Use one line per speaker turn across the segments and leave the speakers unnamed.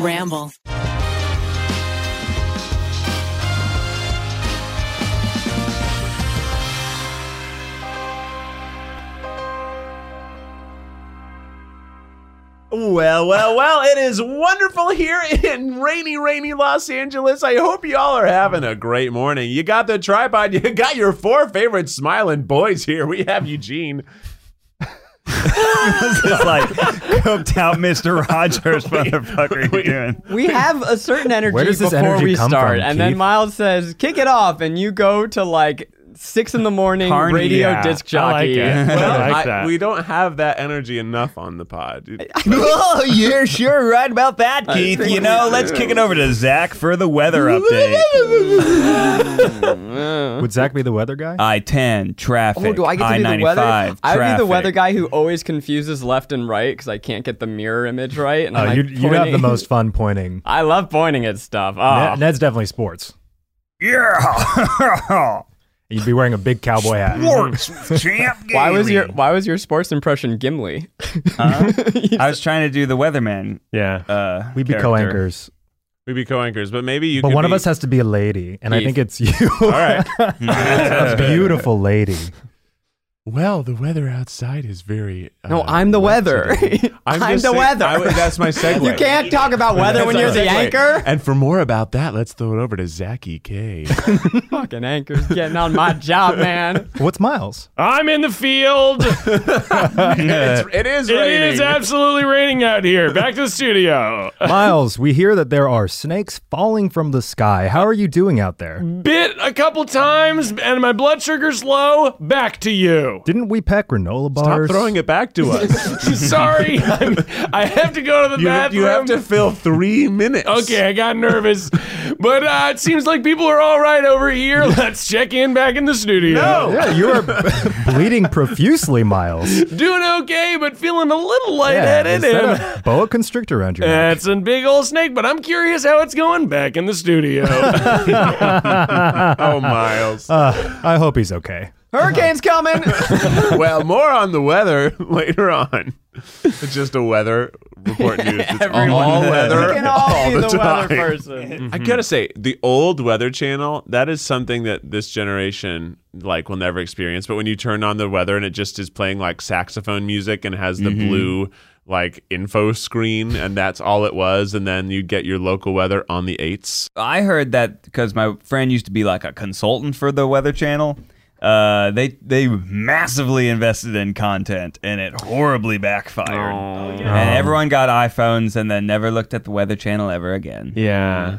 Ramble.
Well, well, well, it is wonderful here in rainy, rainy Los Angeles. I hope y'all are having a great morning. You got the tripod, you got your four favorite smiling boys here. We have Eugene.
This is like coked out Mr. Rogers, motherfucker. you doing?
We have a certain energy
Where does this
before
energy
we
come
start,
from,
and then
Keith?
Miles says, "Kick it off," and you go to like six in the morning
Carney,
radio
yeah.
disc
I like
jockey.
it.
Well,
I like that.
we don't have that energy enough on the pod.
oh, you're sure right about that, Keith.
think
You
we
know, let's kick it over to Zach for the weather update.
Would Zach be the weather guy?
Uh,
I 10 traffic.
Oh, do I get to
I-95,
be the weather? I would be the
traffic.
weather guy who always confuses left and right because I can't get the mirror image right. And
Oh,
I'm like,
you you have the
pointing-
most fun pointing.
I love pointing at stuff. Oh.
Ah.
Ned- Ned's definitely sports.
Yeah.
You'd be wearing a big cowboy hat.
Sports champ.
Why was your
Gailey.
Why was your sports impression Gimli?
I was trying to do the weatherman.
Yeah.
Uh,
We'd be
character.
co-anchors,
We'd be co-anchors, but maybe you.
but
could
one of
be-
us has to be a lady, and I
Keith.
think it's you.
All right.
a beautiful lady.
Well, the weather outside is very.
No,
uh,
Oh, I'm the
wet
weather.
today.
I'm,
just
the
saying-
weather.
I would- that's my segue.
you can't talk about weather when you're
That's
the
our segue.
anchor.
And for more about that, let's throw it over to Zachy K.
Fucking anchor's getting on my job, man.
What's Miles?
I'm in the field. It
it's, it is raining.
is absolutely raining out here. Back to the studio.
Miles, we hear that there are snakes falling from the sky. How are you doing out
Mm.
there?
Bit a couple times and my blood sugar's low. Back to you.
Didn't we pack granola
Stop
bars?
throwing it back to us.
Sorry. I'm- I have to go to the
you, have-
bathroom.
you have to fill three minutes.
Okay, I got nervous. but uh, it seems like people are all right over here. Let's check in back in the studio.
No.
Yeah, you are bleeding profusely, Miles.
Doing okay, but feeling a little
Yeah,
lightheaded.
is that
and-
a boa constrictor around your
Eh.
neck?
That's a big old snake, but I'm curious how it's going back in the studio.
Oh, Miles.
Uh, I hope he's okay.
Hurricane's coming.
well, more on the weather later on. It's just a weather report news. It's all, all weather.
We can all,
all
be
the
the,
time.
weather person.
I gotta say, the old Weather Channel, that is something that this generation like will never experience. But when you turn on the weather and it just is playing like saxophone music and has the blue like info screen and that's all it was, and then you get your local weather on the eights.
I heard that because my friend used to be like a consultant for the Weather Channel. Uh, they they massively invested in content and it horribly backfired.
Oh,
And everyone got iPhones and then never looked at the Weather Channel ever again.
yeah.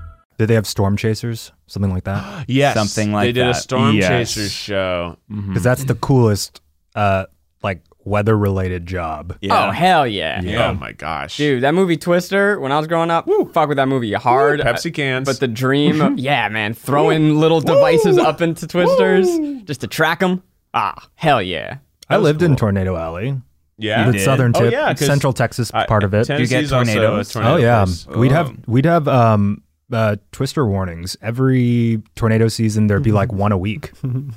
Did they have storm chasers? Something like that?
Yes,
Something like
they did a
that.
storm
Yes.
chasers show.
Because that's the coolest, uh, like weather related job.
Yeah.
Oh hell yeah.
Oh my gosh,
Dude, that movie Twister, when I was growing up, fuck with that movie hard.
Woo, Pepsi cans.
But the dream, of, yeah, man, throwing little devices up into Twisters just to track them. Ah, hell yeah.
I lived in Tornado Alley.
yeah,
the southern
Oh,
tip,
yeah, 'cause
central Texas
I-
part of it.
you
Tennessee's
get
also a
tornadoes?
tornado
Oh yeah,
place. Oh.
we'd have we'd have um, uh, twister warnings every tornado season. There'd be like one a week.
Mm-hmm.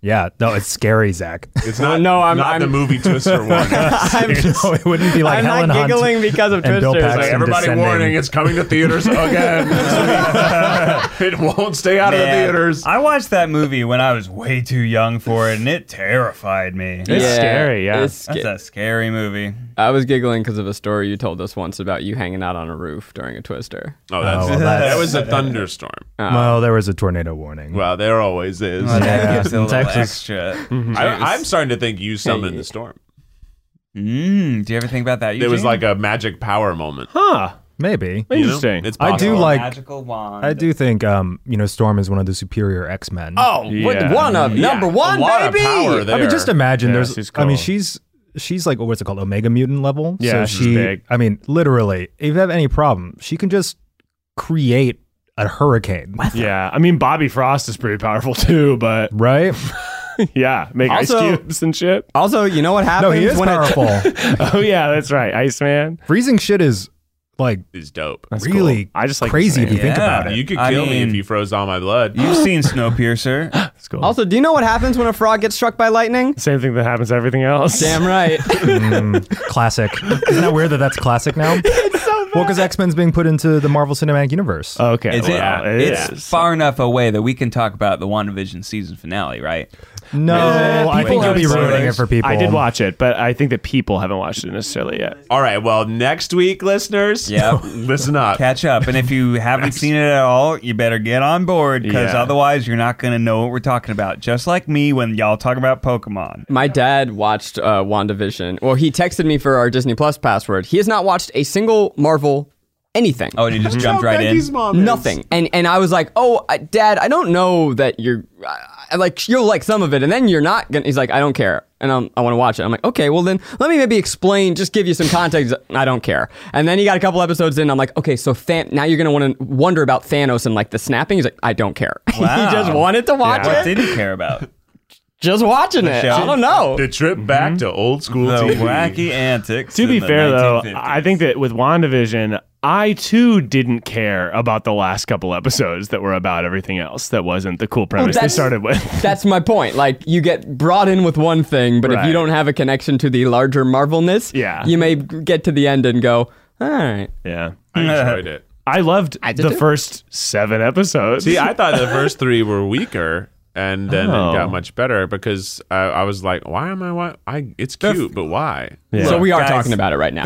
Yeah, no, it's scary, Zach.
It's not.
no, I'm-
not the
I'm-
movie Twister one.
I'm,
no, it wouldn't be like
I'm
Helen
not
Hunt.
giggling because of
and Bill
Twisters.
Paxton.
Like, everybody
descending.
warning, it's coming to theaters again. it won't stay out of the
Man,
theaters.
I watched that movie when I was way too young for it and it terrified me.
It's
scary, yeah.
It's
That's
sca-
a scary movie.
I was giggling because of a story you told us once about you hanging out on a roof during a Twister. Uh,
Oh, that's,
Oh, well, that's-
that was a thunderstorm.
Well, there was a tornado warning.
Ah. Well, there always is.
That gives it a
in
little
Texas.
extra.
I, I'm starting to think you summoned the storm.
Mm, do you ever think about that?
It was
Eugene?
like a magic power moment.
Huh.
Maybe
you know?
Interesting.
It's
I do
possible.
like.
magical wand.
I do think um, you know Storm is one of the superior X Men.
Oh, what-
Yeah.
one of
Yeah.
number one,
a lot
baby.
Of power there.
I mean, just imagine.
Yeah,
there's.
she's
I mean,
cool.
she's she's like what's it called omega mutant level
Yeah,
so
she's
she
big.
i mean literally if you have any problem she can just create a hurricane
Yeah, I mean Bobby Frost is pretty powerful too, but
right
yeah, make
Also-
ice cubes and shit.
Also, you know what
no
happens
he is
when it-
powerful
Oh yeah, that's right, Iceman.
freezing shit is like
is dope.
really
cool. I just like
crazy if
his
you
name.
think
Yeah.
about it
You could kill
I
me if
mean-
you froze all my blood.
You've seen Snowpiercer.
It's cool.
Also, do you know what happens when a frog gets struck by lightning?
Same thing that happens to everything else.
Damn right.
Mm, classic isn't that weird that that's classic now well because x-men's being put into the marvel cinematic universe
Okay.
It's,
well, it
it's
is.
far enough away that we can talk about the WandaVision season finale, right?
no i
People
think you'll be
haven't seen
ruining it
this.
for people
I did watch it, but I think that people haven't watched it necessarily yet.
All right. Well, next week, listeners,
Yep.
listen up.
Catch up. And if you haven't seen it at all, you better get on board because
Yeah.
otherwise you're not going to know what we're talking about. Just like me when y'all talk about Pokemon.
My dad watched uh, WandaVision. Well, he texted me for our Disney Plus password. He has not watched a single Marvel anything.
Oh, and you just jumped right in.
Nothing. And and I was like, "Oh, I- dad, I don't know that you're I, I- like you'll like some of it and then you're not going to He's like, "I don't care." And I'm, I want to watch it. I'm like, "Okay, well then, let me maybe explain, just give you some context. I don't care." And then he got a couple episodes in. I'm like, "Okay, so Than- now you're going to want to wonder about Thanos and like the snapping." He's like, "I don't care."
Wow.
he just wanted to watch
Yeah.
What
it.
did he care about?
Just watching it.
Michelle?
I don't know.
The trip back to old school
The
TV.
wacky antics.
To
in
be
the
fair, though,
1950s.
I think that with WandaVision, I too didn't care about the last couple episodes that were about everything else that wasn't the cool premise they
that's-
started with.
That's my point. Like you get brought in with one thing, but if
Right.
you don't have a connection to the larger Marvelness,
Yeah.
you may get to the end and go, "All right."
yeah.
I enjoyed it.
I loved
did
the
too.
first seven episodes.
See, I thought the first three were weaker, and then
Oh.
it got much better because I, I was like, "Why am I? Why? I? It's cute, but why?"
Yeah.
So we are
Guys.
talking about it right now.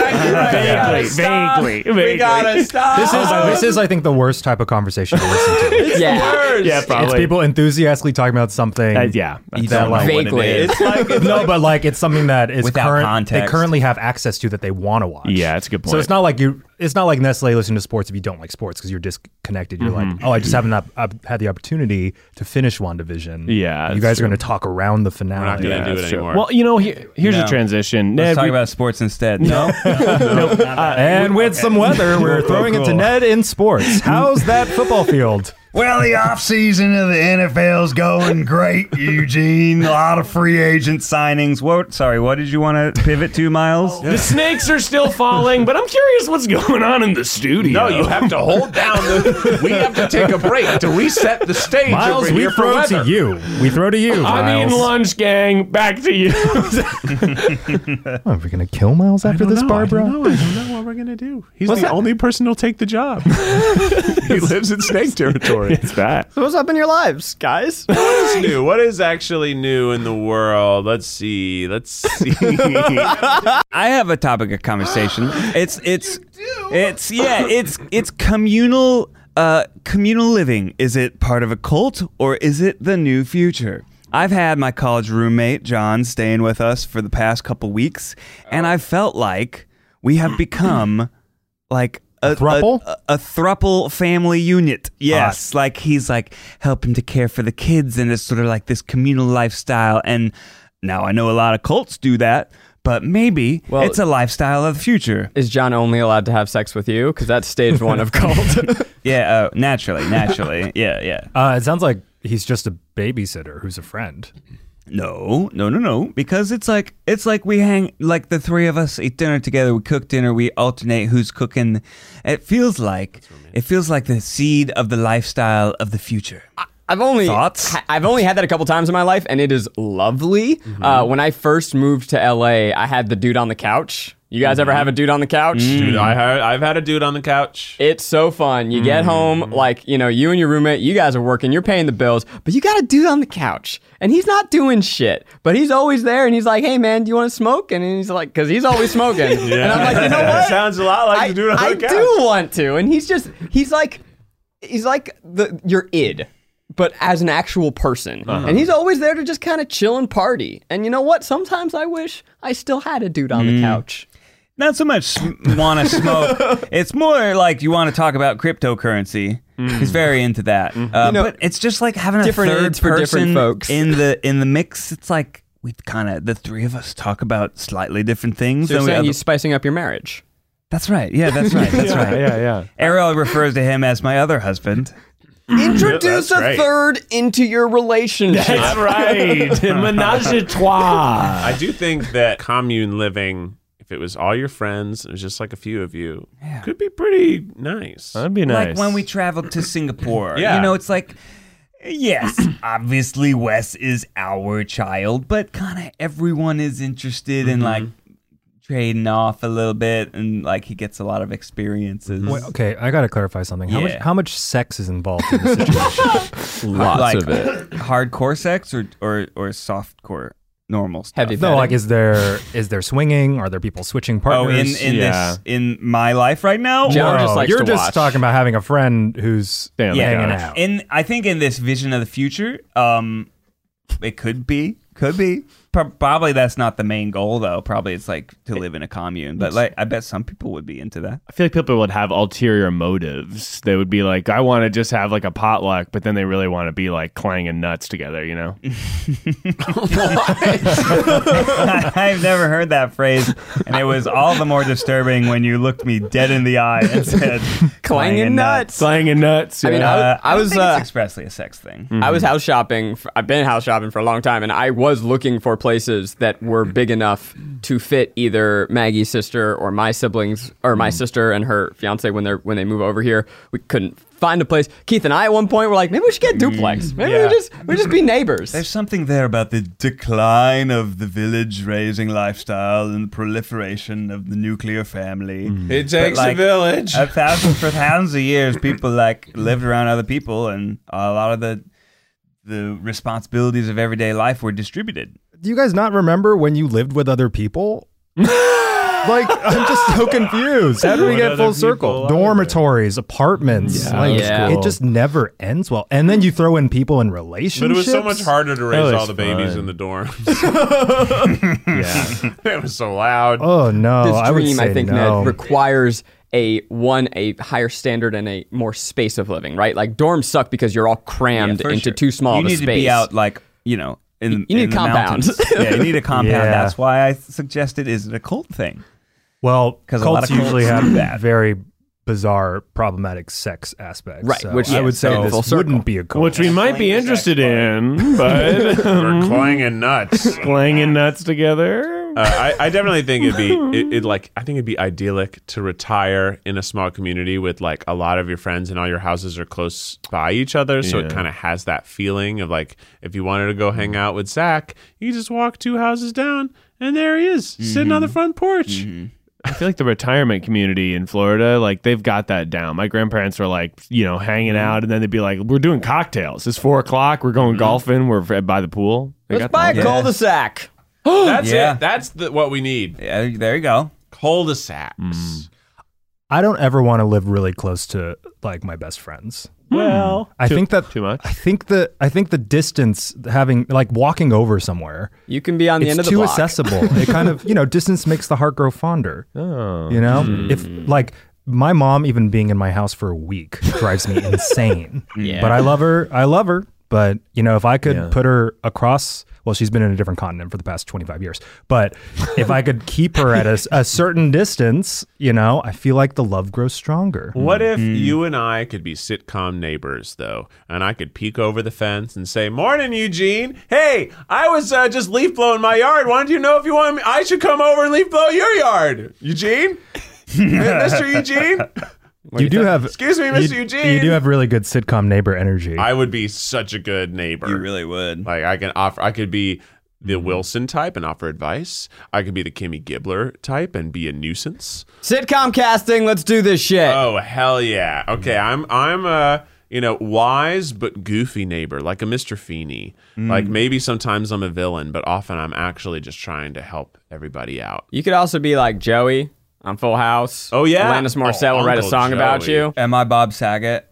vaguely, vaguely, vaguely.
stop.
this is this is i think the worst type of conversation to listen to
yeah.
yeah, probably.
it's people enthusiastically talking about something
Uh, yeah.
You
that,
don't know what
like,
it
vaguely.
is.
It's like it's
no, but like it's something that is
Without
current. They
context.
currently have access to that they want to watch.
Yeah, it's a good point.
So it's not like you. It's not like necessarily listening to sports if you don't like sports because you're disconnected. You're
Mm-hmm.
like, oh, I just haven't up, up, had the opportunity to finish one division.
Yeah,
you
that's
guys are going to talk around the finale.
not gonna do it
That's true.
anymore.
Well, you know, he- here's
No.
a transition.
Let's
Ned,
talk
we-
about sports instead. No?
Uh,
and with some weather, we're throwing it to Ned in sports. How's that football field?
Well, the offseason of the NFL's going great, Eugene. A lot of free agent signings. What? Sorry, what did you want to pivot to, Miles?
the snakes are still falling, but I'm curious what's going on in the studio.
no, you have to hold down. The, we have to take a break to reset the stage.
Miles,
over
we
here for
throw to
weather.
you. We throw to you.
I'm
Miles.
eating lunch, gang. Back to you.
Oh, are we going to kill Miles after this, Barbara?
I don't know what we're gonna do. He's the only person who'll take the job. he lives in snake territory.
it's that.
So what's up in your lives, guys?
What is new? What is actually new in the world? Let's see. Let's see.
I have a topic of conversation. It's it's it's yeah, it's it's communal uh communal living. Is it part of a cult or is it the new future? I've had my college roommate John staying with us for the past couple weeks and I felt like we have become like a,
thruple?
a, a thruple family unit. Yes, like he's like helping to care for the kids and it's sort of like this communal lifestyle. And now I know a lot of cults do that, but maybe
Well-
it's a lifestyle of the future.
Is John only allowed to have sex with you? Because that's stage one of cult.
Yeah, uh, naturally, naturally. yeah, yeah.
Uh, it sounds like he's just a babysitter who's a friend.
No, no, no, no. Because it's like it's like we hang like the three of us eat dinner together. We cook dinner. We alternate who's cooking. It feels like it feels like the seed of the lifestyle of the future.
I've only
Thoughts?
I- I've only had that a couple times in my life, and it is lovely.
Mm-hmm.
Uh, when I first moved to LA, I had the dude on the couch. You guys
Mm-hmm.
ever have a dude on the couch?
Mm.
Dude, I had, I've had a dude on the couch.
It's so fun. You
Mm.
get home, like, you know, you and your roommate, you guys are working, you're paying the bills, but you got a dude on the couch and he's not doing shit, but he's always there and he's like, hey, man, do you want to smoke? And he's like, because he's always smoking. And I'm like, you know what?
Sounds a lot like
I,
the dude on
I
the couch.
do want to. And he's just, he's like, he's like the your id, but as an actual person. And he's always there to just kind of chill and party. And you know what? Sometimes I wish I still had a dude on the couch.
Not so much want to smoke. It's more like you want to talk about cryptocurrency. He's very into that. Uh,
Mm. Mm-hmm. You know,
but it's just like having a
different
third
aids for
person
different folks.
in the in the mix. It's like we kind of the three of us talk about slightly different things.
So you're
than we
saying
other-
he's spicing up your marriage.
that's right. Yeah, that's right. That's
yeah,
right.
yeah, yeah.
Ariel refers to him as my other husband.
Introduce
that's
a
great.
third into your relationship.
That's right. Menage a trois.
I do think that commune living, if it was all your friends, it was just like a few of you, could be pretty nice.
That'd be nice.
Like when we traveled to Singapore.
Yeah.
You know, it's like, yes, obviously Wes is our child, but kind of everyone is interested
Mm-hmm.
in like trading off a little bit and like he gets a lot of experiences.
Wait,
Mm-hmm.
okay, I gotta clarify something. How much
Yeah.
how much sex is involved in this situation?
Lots
like,
of it.
Hardcore sex or, or, or soft core normal stuff?
Heavy
no,
petting.
like is there is there swinging? Are there people switching
Oh,
partners?
in, in
Yeah.
this in my life right now?
John
Whoa,
just likes
you're
to
just
watch.
talking about having a friend who's
Stay on the
hanging
couch.
out.
In I think in this vision of the future, um, it could be, could be. Pro- Probably that's not the main goal though. Probably it's like to live in a commune. But like, I bet some people would be into that.
I feel like people would have ulterior motives. They would be like, I want to just have like a potluck, but then they really want to be like clanging nuts together, you know?
I've never heard that phrase, and it was all the more disturbing when you looked me dead in the eye and said,
clanging nuts.
clanging nuts.
I mean,
Uh,
I was, I
don't think it's
was uh, Hmm.
expressly a sex thing.
I was house shopping. For, I've been house shopping for a long time, and I was looking for places that were big enough to fit either Maggie's sister or my siblings, or
Mm.
my sister and her fiance when they are when they move over here. We couldn't find a place. Keith and I at one point were like, maybe we should get duplex. Maybe
Mm, Yeah.
we just we just be neighbors.
There's something there about the decline of the village raising lifestyle and the proliferation of the nuclear family.
Hmm.
It
takes a like-
village.
a thousand for thousands of years people like lived around other people and a lot of the the responsibilities of everyday life were distributed
Do you guys not remember when you lived with other people? like I'm just so confused. How do we get full circle? Dormitories, apartments, like
Yeah.
it just never ends well. And then you throw in people in relationships.
But it was so much harder to raise
was
all the babies
fun.
in the dorms. yeah. It was so loud.
Oh no,
this
I would
dream,
say
I, think,
no.
Ned, requires a one a higher standard and a more space of living. Right, like dorms suck because you're all crammed
Yeah, for
into
sure.
too small
you
of a
need
space.
to be out like you know in,
You need
in the
compound.
mountains. yeah you need a compound
Yeah.
that's why i suggested is it a cult thing
Well,
'Cause
cults,
a lot of
usually
cults
have
do that.
very bizarre, problematic sex aspects.
Right,
so
which
I would
yes,
say
in
this
full circle.
wouldn't be a cult.
Which we might be interested in, but
We're clanging nuts. uh,
clanging nuts together.
I, I definitely think it'd be it, it like I think it'd be idyllic to retire in a small community with like a lot of your friends and all your houses are close by each other, so it kind of has that feeling of like if you wanted to go hang out with Zach, you just walk two houses down and there he is sitting on the front porch.
I feel like the retirement community in Florida, like they've got that down. My grandparents were like, you know, hanging out, and then they'd be like, "We're doing cocktails. It's four o'clock. We're going golfing. We're by the pool." They
Let's
got
buy a
that.
Yeah.
cul-de-sac.
That's
Yeah.
it. That's the, what we need.
yeah there you go
Cul-de-sacs.
I don't ever want to live really close to like my best friends.
Hmm. well,
I
too-
think that
too much.
I think the I think the distance having like walking over somewhere
You can be on the
it's
end of the
too
block.
accessible. it kind of you know distance makes the heart grow fonder.
Oh.
You know if like my mom even being in my house for a week drives me insane.
Yeah.
But I love her. I love her. But you know if I could put her across. Well, she's been in a different continent for the past 25 years. But if I could keep her at a, s- a certain distance, you know, I feel like the love grows stronger.
What if you and I could be sitcom neighbors, though, and I could peek over the fence and say, "Morning, Eugene. Hey, I was uh, just leaf blowing my yard. Wanted you to know if you want me, I should come over and leaf blow your yard, Eugene, Mister Eugene.
you do have
Excuse me, Mr. Eugene.
You do have really good sitcom neighbor energy.
I would be such a good neighbor.
you really would
Like I can offer. I could be." The Wilson type and offer advice. I could be the Kimmy Gibbler type and be a nuisance.
Sitcom casting. Let's do this shit.
Oh hell yeah! Okay, I'm I'm a you know wise but goofy neighbor, like a Mr. Feeney. Like maybe sometimes I'm a villain, but often I'm actually just trying to help everybody out.
You could also be like Joey on Full House.
Oh, yeah?
Alanis Morissette
Oh,
will write a
Uncle
song about
Joey.
you.
am i bob saget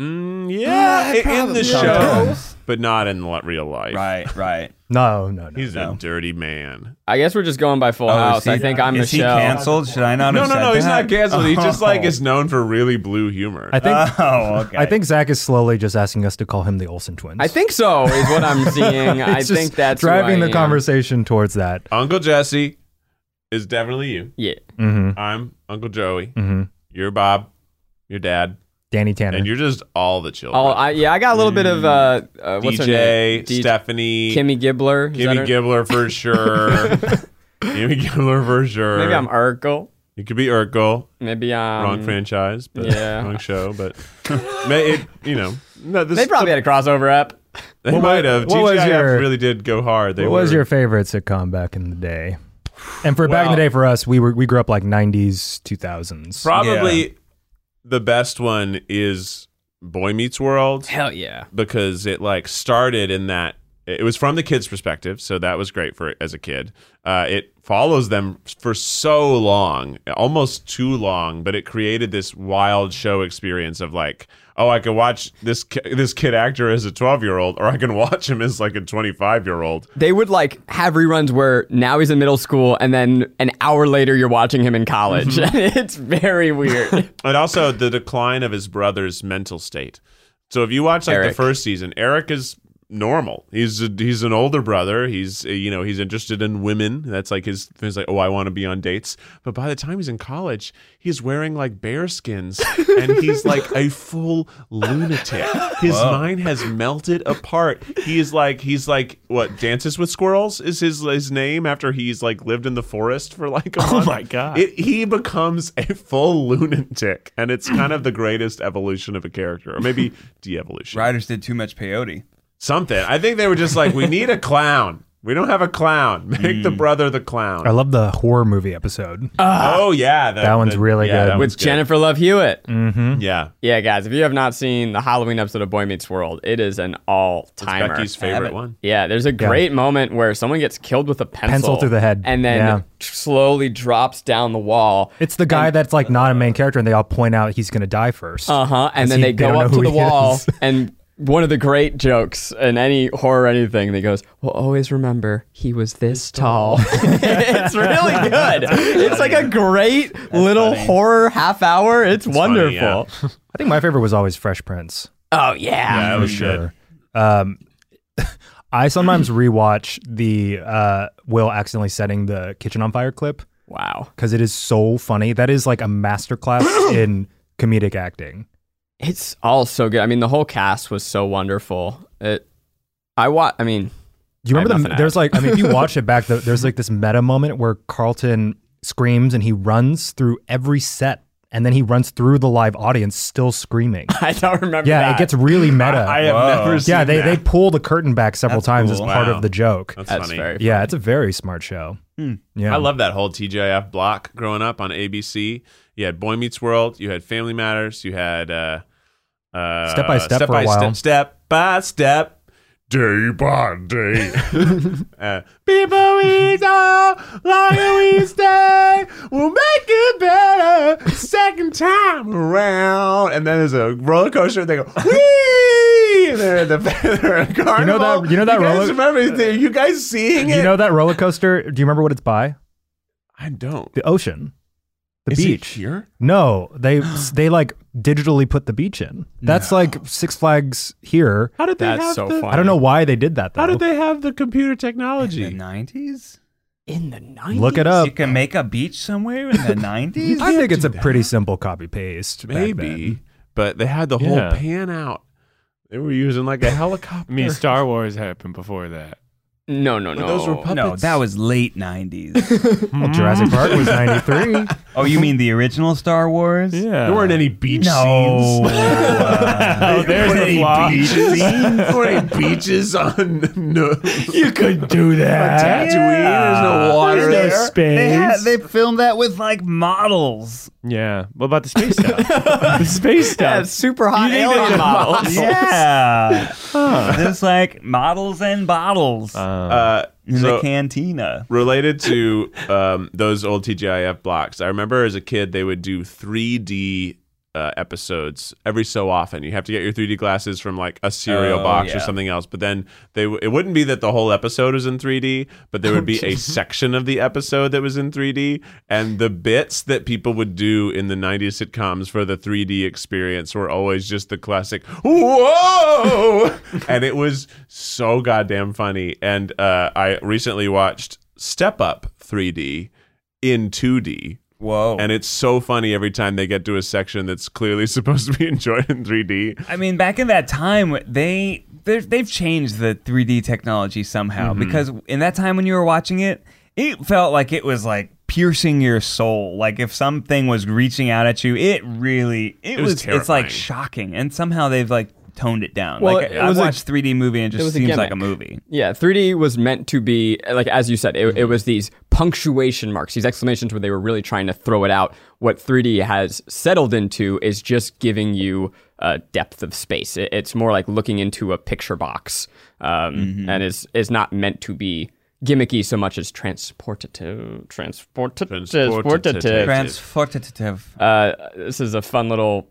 Mm, yeah, i- in the show,
Sometimes.
but not in li- real life.
right right
No, no, no.
He's
No.
a dirty man.
I guess we're just going by Full
Oh,
House. I Oh, think I'm
Oh, is he
Michelle.
canceled? Should I not?
No,
have
no,
said
no. He's
that?
not canceled. He just like
Oh.
is known for really blue humor.
I think
Oh, okay.
I think Zach is slowly just asking us to call him the Olsen twins.
I think so is what I'm seeing. I
It's just
think that's who
driving
I
the
am.
conversation towards that.
Uncle Jesse is definitely you.
Yeah.
Mm-hmm.
I'm Uncle Joey.
Mm-hmm.
You're Bob. You're Dad.
Danny Tanner.
And you're just all the children.
Oh, I, yeah. I got a little bit of uh, uh what's her
DJ,
name? D-
Stephanie,
Kimmy Gibbler. Is
Kimmy
that her-
Gibbler for sure. Kimmy Gibbler for sure.
Maybe I'm Urkel.
It could be Urkel.
Maybe I'm.
wrong franchise, but
yeah.
wrong show, but may it, you know, no, this,
They probably had a crossover up.
they might have.
what was
TGIF
your-
really did go hard. They
what was
were-
your favorite sitcom back in the day? And for back in the
Wow.
day, for us, we were we grew up like '90s, 2000s.
probably the best one is Boy Meets World
Hell yeah.
because it like started in that it was from the kid's perspective, so that was great for as a kid. Uh, it follows them for so long, almost too long, but it created this wild show experience of like, oh, I can watch this ki- this kid actor as a twelve year old, or I can watch him as like a twenty five year old.
They would like have reruns where now he's in middle school and then an hour later you're watching him in college.
Mm-hmm.
it's very weird.
And also the decline of his brother's mental state. So if you watch like the
Eric.
first season, Eric is normal. He's a, he's an older brother. He's uh, you know he's interested in women. That's like his. He's like oh I want to be on dates. But by the time he's in college, he's wearing like bear skins and he's like a full lunatic. His mind has melted apart. He is like he's like what dances with squirrels is his his name after he's like lived in the forest for like a month.
Oh my God.
It, he becomes a full lunatic, and it's kind of the greatest evolution of a character, or maybe de-evolution.
Riders did too much peyote.
Something. I think they were just like, we need a clown. We don't have a clown. Make the brother the clown.
Mm. I love the horror movie episode.
oh yeah, the-
That one's
the-
really
yeah,
good. Mm.
that one's Hmm.
With Jennifer Love Hewitt.
Yeah,
Yeah, guys, if you have not seen the Halloween episode of Boy Meets World, it is an all timer.
Becky's favorite one.
Yeah, there's a great moment where someone gets killed with a pencil,
Pencil through the head.
and then
Yeah.
tr- slowly drops down the wall.
It's the guy that's like not a main character, and they all point out he's going to die first.
Uh huh. And then
he-
they
they
go up
don't know
to
who
the
he
wall,
is.
and one of the great jokes in any horror or anything that goes, "Well, always remember he was this tall." it's really good. It's like a great little horror half hour. It's,
funny, yeah.
wonderful.
I think my favorite was always Fresh Prince.
Oh yeah.
that was good.
Um, I sometimes rewatch the uh, Will accidentally setting the kitchen on fire clip
Wow.
because it is so funny. That is like a masterclass in comedic acting.
It's all so good. I mean, the whole cast was so wonderful. It, I wa- I mean,
Do you
I have
remember
nothing
the?
to
There's
add.
like, I mean, if you watch it back, th- there's like this meta moment where Carlton screams and he runs through every set, and then he runs through the live audience still screaming.
I don't remember.
Yeah,
that.
it gets really meta.
I have
Whoa.
never seen
yeah, they
that.
they pull the curtain back several
That's
times
cool.
as part
Wow.
of the joke.
That's,
That's
funny.
very.
yeah, it's a very smart show. Yeah,
I love that whole TGIF block growing up on ABC. You had Boy Meets World, you had Family Matters, you had uh, uh,
Step by Step
step
for
by
a while.
Step, step by step, day by day. uh, people eat all longer we stay. We'll make it better second time around. And then there's a roller coaster. And they go wee. And they're at the they're at a carnival.
you know that
you guys
roller- Uh,
Remember, the- you guys seeing it?
You know that roller coaster? Do you remember what it's by?
I don't.
The ocean, the
Is it
beach.
here?
No, they they like digitally put the beach in. That's like Six Flags here.
How did they
That's
have
so
the,
funny.
I don't know why they did that though.
How did they have the computer
The
technology?
nineties.
in the nineties.
Look it up.
You can make a beach somewhere in the nineties.
Oh. I think it's a pretty simple copy paste. back then.
Maybe, but they had the whole
Yeah.
pan out. They were using like a helicopter.
I mean, Star Wars happened before that.
No, no,
But
no.
those were puppets.
No, that was late nineties.
Hmm. Well, Jurassic Park was '93.
oh, you mean the original Star Wars?
Yeah.
there weren't any beach
No.
scenes.
Oh, there's the flaw.
there were any beaches on no,
You couldn't do that.
Tatooine. There's no water
There's no
there.
space.
They, had, they filmed that with like models.
yeah. What about the space stuff? the space
yeah,
stuff.
super hot alien models.
Yeah. There's like models and bottles
Uh,
in the
so-
cantina.
related to um, those old TGIF blocks, I remember as a kid they would do 3D uh, episodes every so often. You have to get your 3D glasses from like a cereal
Oh,
box
yeah.
or something else. But then they w- it wouldn't be that the whole episode was in 3D, but there would be a section of the episode that was in 3D, and the bits that people would do in the 90s sitcoms for the 3D experience were always just the classic "Whoa!" and it was so goddamn funny. And uh, I recently watched Step Up 3D in 2D.
Whoa.
And it's so funny every time they get to a section that's clearly supposed to be enjoyed in 3D.
I mean, back in that time, they they're- they've changed the 3D technology somehow
Mm-hmm.
because in that time when you were watching it, it felt like it was like piercing your soul. Like if something was reaching out at you, it really it,
was
was, it's like
terrifying.
shocking. And somehow they've like toned it down.
Well,
like
it
I
was a-
watched 3D movie and it
it
just
was a
seems like a
gimmick.
movie.
Yeah, 3D was meant to be like as you said, it, it
Mm-hmm.
was these punctuation marks, these exclamations where they were really trying to throw it out. What 3D has settled into is just giving you uh, depth of space. It, it's more like looking into a picture box, um,
Mm-hmm.
and is is not meant to be gimmicky so much as transportative. Transportative.
Transportative.
Transportative.
Transformative.
Uh, this is a fun little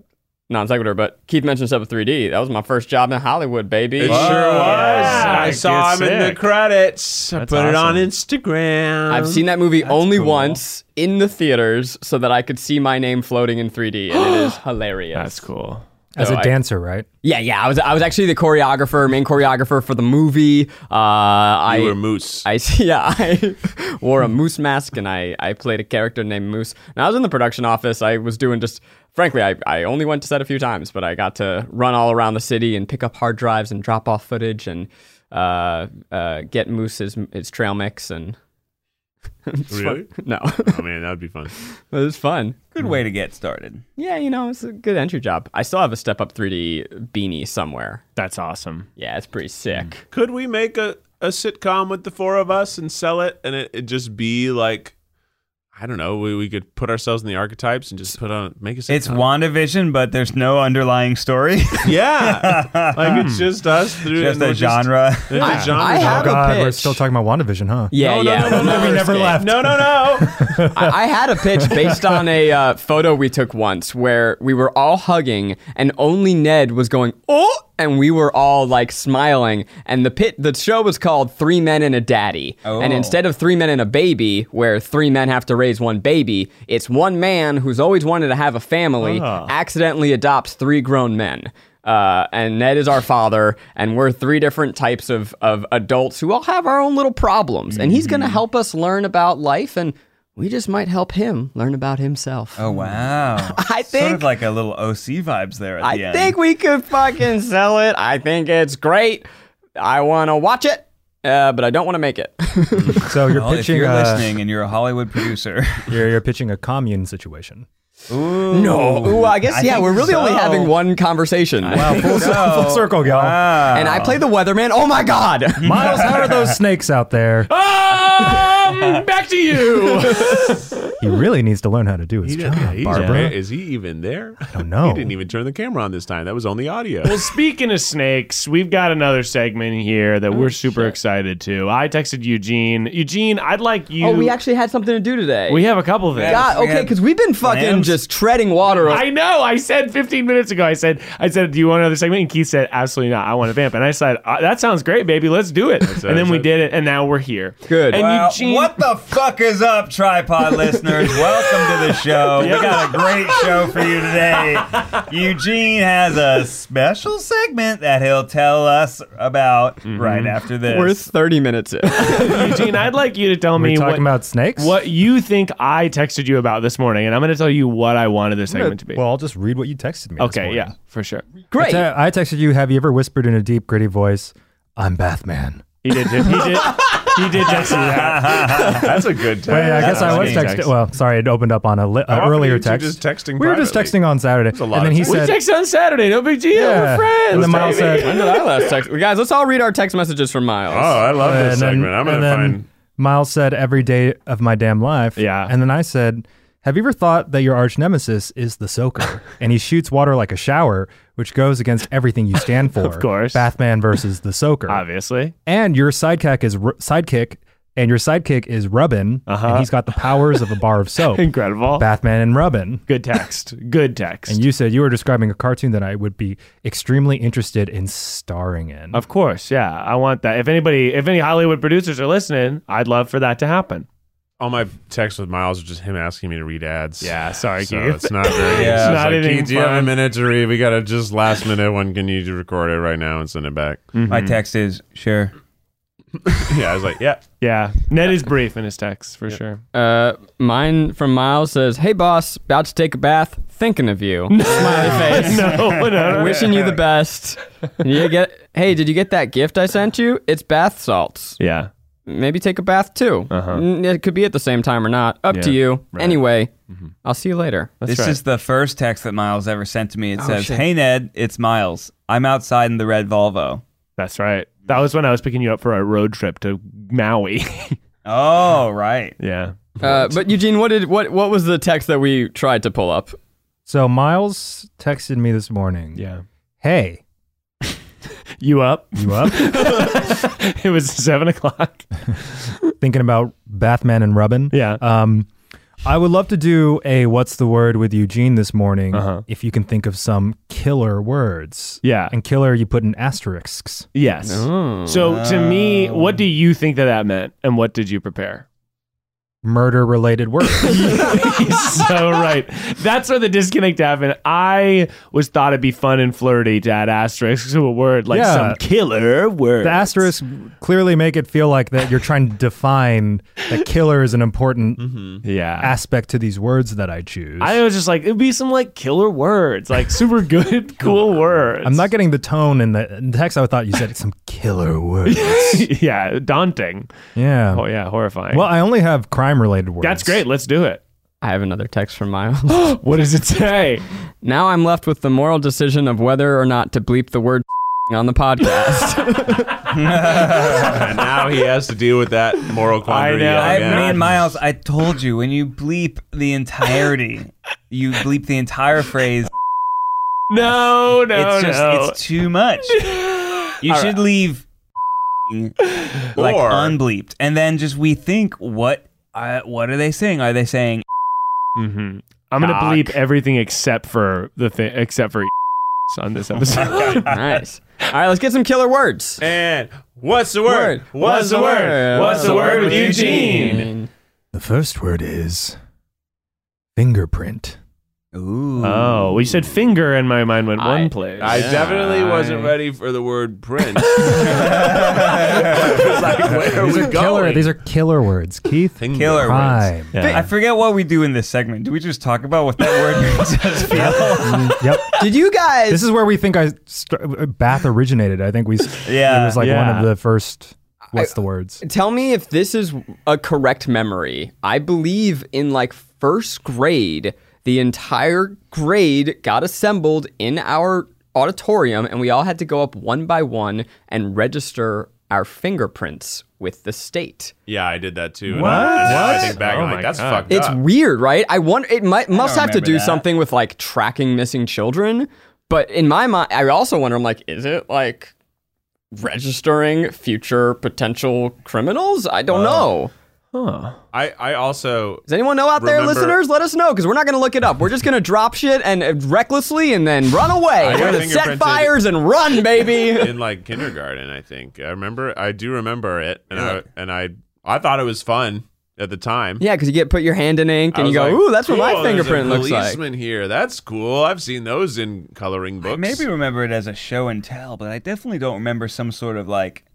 non sequitur, but Keith mentioned stuff with 3D. That was my first job in Hollywood, baby.
It sure was. I
Get
saw him in the
sick.
credits. I
That's
put it on
awesome.
Instagram.
I've seen that movie only once in the theaters so that I could see my name floating in 3D, and it is hilarious.
That's cool.
As
So
a
I-
dancer, right?
Yeah, yeah. I was I was actually the choreographer, main choreographer for the movie. Uh, I
You were Moose.
I yeah, I wore a moose mask and I, I played a character named Moose. And I was in the production office. I was doing just frankly, I, I only went to set a few times, but I got to run all around the city and pick up hard drives and drop off footage and uh, uh, get Moose his, his trail mix and
really?
no.
Oh, man, that would be fun.
it was fun.
Good way to get started.
Yeah, you know, it's a good entry job. I still have a step up 3D beanie somewhere. Mm.
That's awesome.
Yeah, it's pretty sick.
Could we make a, a sitcom with the four of us and sell it and it, it just be like, I don't know, we, we could put ourselves in the archetypes and just put on, make a sitcom.
It's WandaVision, but there's no underlying story.
Yeah. like it's just us through
Just
and we're
a genre.
There's
I-
a genre. Oh,
I have-
Oh
Have a
God, we're
pitch.
still talking about WandaVision, huh?
Yeah, yeah.
we never
escape.
left.
no, no, no.
I, I had a pitch based on a uh, photo we took once where we were all hugging and only Ned was going oh, and we were all like smiling. And the pit, the show was called Three Men and a Daddy. And
Oh.
instead of Three Men and a Baby, where three men have to raise one baby, it's one man who's always wanted to have a family
Ah.
accidentally adopts three grown men. Uh, and Ned is our father, and we're three different types of, of adults who all have our own little problems. And he's
Mm-hmm.
going to help us learn about life and we just might help him learn about himself.
Oh wow! sort
I
of
think-
like a little OC vibes there at
I
the end.
think we could fucking sell it. I think it's great. I want to watch it, uh, but I don't want to make it.
So you're
Well,
pitching
if you're
a,
listening and you're a Hollywood producer,
You're, you're pitching a commune situation.
no. Ooh, I guess
Oh, I
yeah.
think
We're really only
so.
having one conversation.
Wow, full,
Oh,
full circle, y'all.
And I play the
Uh.
weatherman. Oh my god.
Miles, how are those snakes out there?
Oh!
Um, back to you.
He really needs to learn how to do his job, Barbara.
Is he even there? I
don't know.
He didn't even turn the camera on this time. That was only audio.
Well, speaking of snakes, we've got another segment here
Oh,
that we're super excited to. I texted Eugene. Eugene, I'd like you.
oh, we actually had something to do today.
we have a couple things.
God,
we
okay,
had
because we've been fucking
plans.
just treading water.
I know. I said 15 minutes ago. I said, I said, do you want another segment? And Keith said, absolutely not. I want a vamp. And I said, uh, that sounds great, baby. Let's do it.
it,
and then we
that's it.
did it, and now we're here.
Good.
And
Wow,
Eugene,
what the fuck is up, tripod listeners? Welcome to the show. We got a great show for you today. Eugene has a special segment that he'll tell us about right after this.
Mm-hmm. We're 30 minutes in.
Eugene, I'd like you to tell
Are we
me
talking
what,
about snakes?
what you think I texted you about this morning, and I'm going to tell you what I wanted this segment to be.
Well, I'll just read what you texted me. this
okay,
morning.
yeah, for sure.
Great.
Te- I texted you. Have you ever whispered in a deep, gritty voice, "I'm Bathman"?
He did. He did. He did text me that.
That's a good time.
Wait, I guess I
was
was
me.
texted.
Text.
Well, sorry, it opened up on a li- uh,
often are
earlier
you two
text.
just texting
we were just
privately?
texting on Saturday,
a lot
and
of
then he
texting.
We
said,
text on Saturday. No big deal.
Yeah.
We're friends.
And then Miles
baby.
said-
When did I last text? Guys, let's all read our text messages from Miles.
Oh, I love
and
this
then-
segment. I'm going
and
to
then
find.
Miles said, "Every day of my damn life."
Yeah.
and then I said. Have you ever thought that your arch nemesis is the soaker, and he shoots water like a shower, which goes against everything you stand for?
Of course.
Bathman versus the soaker.
obviously.
and your sidekick is r- sidekick and your sidekick is Rubbin,
Uh-huh.
and he's got the powers of a bar of soap.
Incredible.
Batman and Rubbin.
Good text. Good text.
And you said you were describing a cartoon that I would be extremely interested in starring in.
Of course, yeah. I want that. If anybody, if any Hollywood producers are listening, I'd love for that to happen.
All my texts with Miles are just him asking me to read ads.
Yeah, sorry,
so
Keith.
it's not very.
Yeah.
yeah,
It's
it's not
not
like,
anything
Keith, do you have a
fun.
minute to read? We got to just last minute one. Can you record it right now and send it back?
My text is sure.
yeah, I was like, yeah.
Yeah, Ned is brief in his text for sure.
Uh, mine from Miles says, "Hey boss, about to take a bath, thinking of you. Smiley face.
no, no, no.
Wishing you the best. You get. Hey, did you get that gift I sent you? It's bath salts.
Yeah,
Maybe take a bath too. N- It could be at the same time or not. Up to
Uh-huh. Yeah, Mm-hmm.
you. Anyway, I'll see you later.
this
right. Oh,
is the first text that Miles ever sent to me. It says,
shit.
"Hey Ned, it's Miles. I'm outside in the red Volvo."
that's right. That was when I was picking you up for a road trip to Maui.
Oh, right.
yeah,
Uh, but Eugene, what did what what was the text that we tried to pull up?
so Miles texted me this morning.
yeah.
Hey,
You up?
you up?
it was seven o'clock.
Thinking about Batman and Rubbin?
Yeah.
Um, I would love to do a what's the word with Eugene this morning
Uh-huh.
if you can think of some killer words.
Yeah.
And killer, you put an asterisks.
Yes. So to me, what do you think that that meant, and what did you prepare?
Murder related words.
He's so right. That's where the disconnect happened. I was thought it'd be fun and flirty to add asterisks to a word like
Yeah.
some killer word.
the asterisks clearly make it feel like that you're trying to define that killer is an important
Yeah.
aspect to these words that I choose.
Mm-hmm. I was just like, it'd be some like killer words, like super good, cool words.
I'm not getting the tone in the, in the text. I thought you said some killer words.
yeah, daunting.
yeah.
Oh yeah, horrifying.
Well, I only have crime related words.
that's great. Let's do it.
I have another text from Miles.
What does it say?
now I'm left with the moral decision of whether or not to bleep the word on the podcast.
And now he has to deal with that moral quandary.
know.
I
again.
mean, Miles, I told you when you bleep the entirety, you bleep the entire phrase.
No, no,
it's just
no.
it's too much. You should leave like
Or-
unbleeped, and then just we think what uh, what are they saying? Are they saying
Mhm. I'm gonna
Cock.
bleep everything except for the thing, except for on this episode.
nice. All right, let's get some killer words.
And what's the word?
Word.
What's the word? What's the word with Eugene?
The first word is fingerprint.
ooh?
Oh, well, you said finger, and my mind went
I-
one place.
I definitely wasn't ready for the word print. like, where are
These
we going?
are killer. These are killer words, Keith.
Finger.
Killer words.
Crime.
I forget what we do in this segment. Do we just talk about what that word means? Just feel?
Mm, yep.
Did you guys?
This is where we think I st- uh, bath originated. I think we. s-
Yeah,
It was like one
yeah.
of the first. What's the words?
Tell me if this is a correct memory. I believe in like first grade, the entire grade got assembled in our auditorium and we all had to go up one by one and register our fingerprints with the state.
Yeah, I did that too. What? And I, I think back,
Oh
I'm
my
like, that's
God.
fucked
It's
up.
weird, right? I wonder it might must have to
remember
do
that.
something with like tracking missing children, but in my mind I also wonder I'm like is it like registering future potential criminals? I don't know.
I, I also
Does anyone know out there,
Remember-
listeners? Let us know because we're not going to look it up. We're just going to drop shit and uh, recklessly and then run away.
I
We're
got
going to set
fingerprinted.
fires and run, baby.
in like kindergarten. I think I remember. I do remember it, and I and I I thought it was fun at the time.
yeah, because you get put your hand in ink
I
and you go,
was like,
ooh, that's what
"Cool,
my
there's
fingerprint
a
looks like.
Policeman here. That's cool. I've seen those in coloring
I
books.
maybe remember it as a show and tell, but I definitely don't remember some sort of like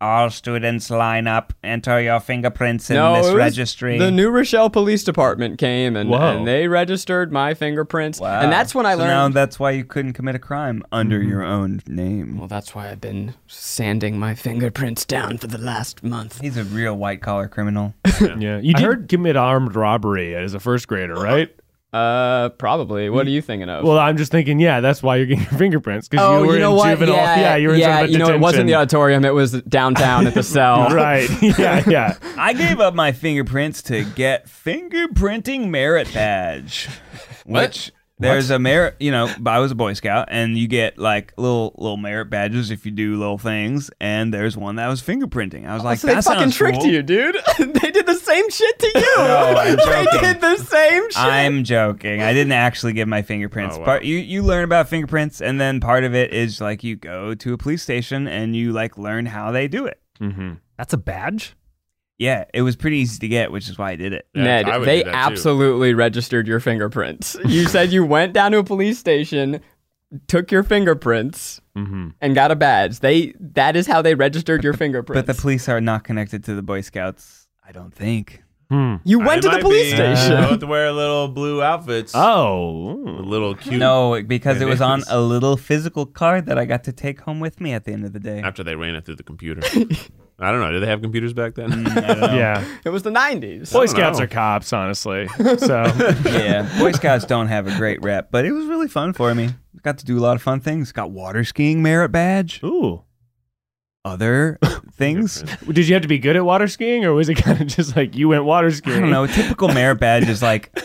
all students line up, enter your fingerprints in
No,
this
it was-
registry.
the New Rochelle Police Department came and,
Whoa.
and they registered my fingerprints,
Wow.
and that's when I
So Now
learned. Mm-hmm.
that's why you couldn't commit a crime under your own name.
well, that's why I've been sanding my fingerprints down for the last month.
He's a real white collar criminal.
Yeah, you did commit armed robbery as a first grader, right?
Uh, probably. What are you thinking of?
Well, I'm just thinking, yeah, that's why you're getting your fingerprints because
Oh,
you were
you know
in
what?
juvenile.
Yeah,
you were in
yeah,
juvenile
you know, it wasn't the
detention.
auditorium; it was downtown at the cell.
right. Yeah, yeah.
I gave up my fingerprints to get fingerprinting merit badge, which There's a merit, you know. I was a Boy Scout, and you get like little little merit badges if you do little things. And there's one that was fingerprinting. I was like,
Oh, So they
that
fucking
sounds
tricked
cool.
you, dude. they did the same shit to you.
No, I'm
they
joking.
did the same shit.
I'm joking. I didn't actually give my fingerprints.
Oh, wow.
Part you you learn about fingerprints, and then part of it is like you go to a police station and you like learn how they do it.
That's a badge?
Yeah, it was pretty easy to get, which is why I did it.
Yeah,
Ned,
I would
they
do that too.
absolutely registered your fingerprints. You said you went down to a police station, took your fingerprints,
Mm-hmm.
and got a badge. They that is how they registered your fingerprints.
But the police are not connected to the Boy Scouts. I don't think.
Hmm.
you went to
I
the
might
police
be.
station.
I both wear little blue outfits.
Oh,
little cute.
No, because it was
Maybe.
on a little physical card that I got to take home with me at the end of the day.
After they ran it through the computer. I don't know. Did they have computers back then?
yeah.
It was the nineties.
Boy Scouts
know.
are cops, honestly. So
yeah, Boy Scouts don't have a great rep, but it was really fun for me. Got to do a lot of fun things. Got water skiing merit badge,
ooh.
other things.
Did you have to be good at water skiing, or was it kind of just like you went water
I
skiing?
don't know. A typical merit badge is like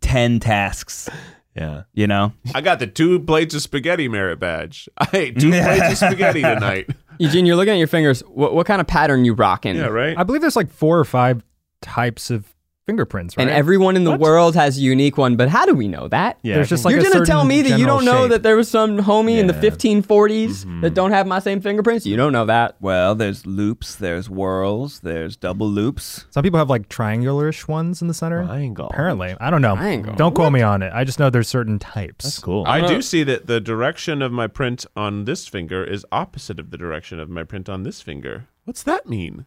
10 tasks,
Yeah.
you know?
I got the two plates of spaghetti merit badge. I ate two plates of spaghetti tonight.
Eugene, you're looking at your fingers. What, what kind of pattern you rocking?
Yeah, right.
I believe there's like four or five types of fingerprints, right?
And everyone in the world has a unique one, but how do we know that?
Yeah.
there's just like
You're
a
gonna tell
certain
me that you
general
don't know
shape. Mm-hmm.
that there was some homie in the
Yeah.
1540s that don't have my same fingerprints? You don't know that.
Well, there's loops, there's whirls, there's double loops.
Some people have like triangularish ones in the center.
Triangle.
Apparently, I don't know.
Triangle.
Don't quote me on it. I just know there's certain types.
That's cool.
I do see that the direction of my print on this finger is opposite of the direction of my print on this finger. What's that mean?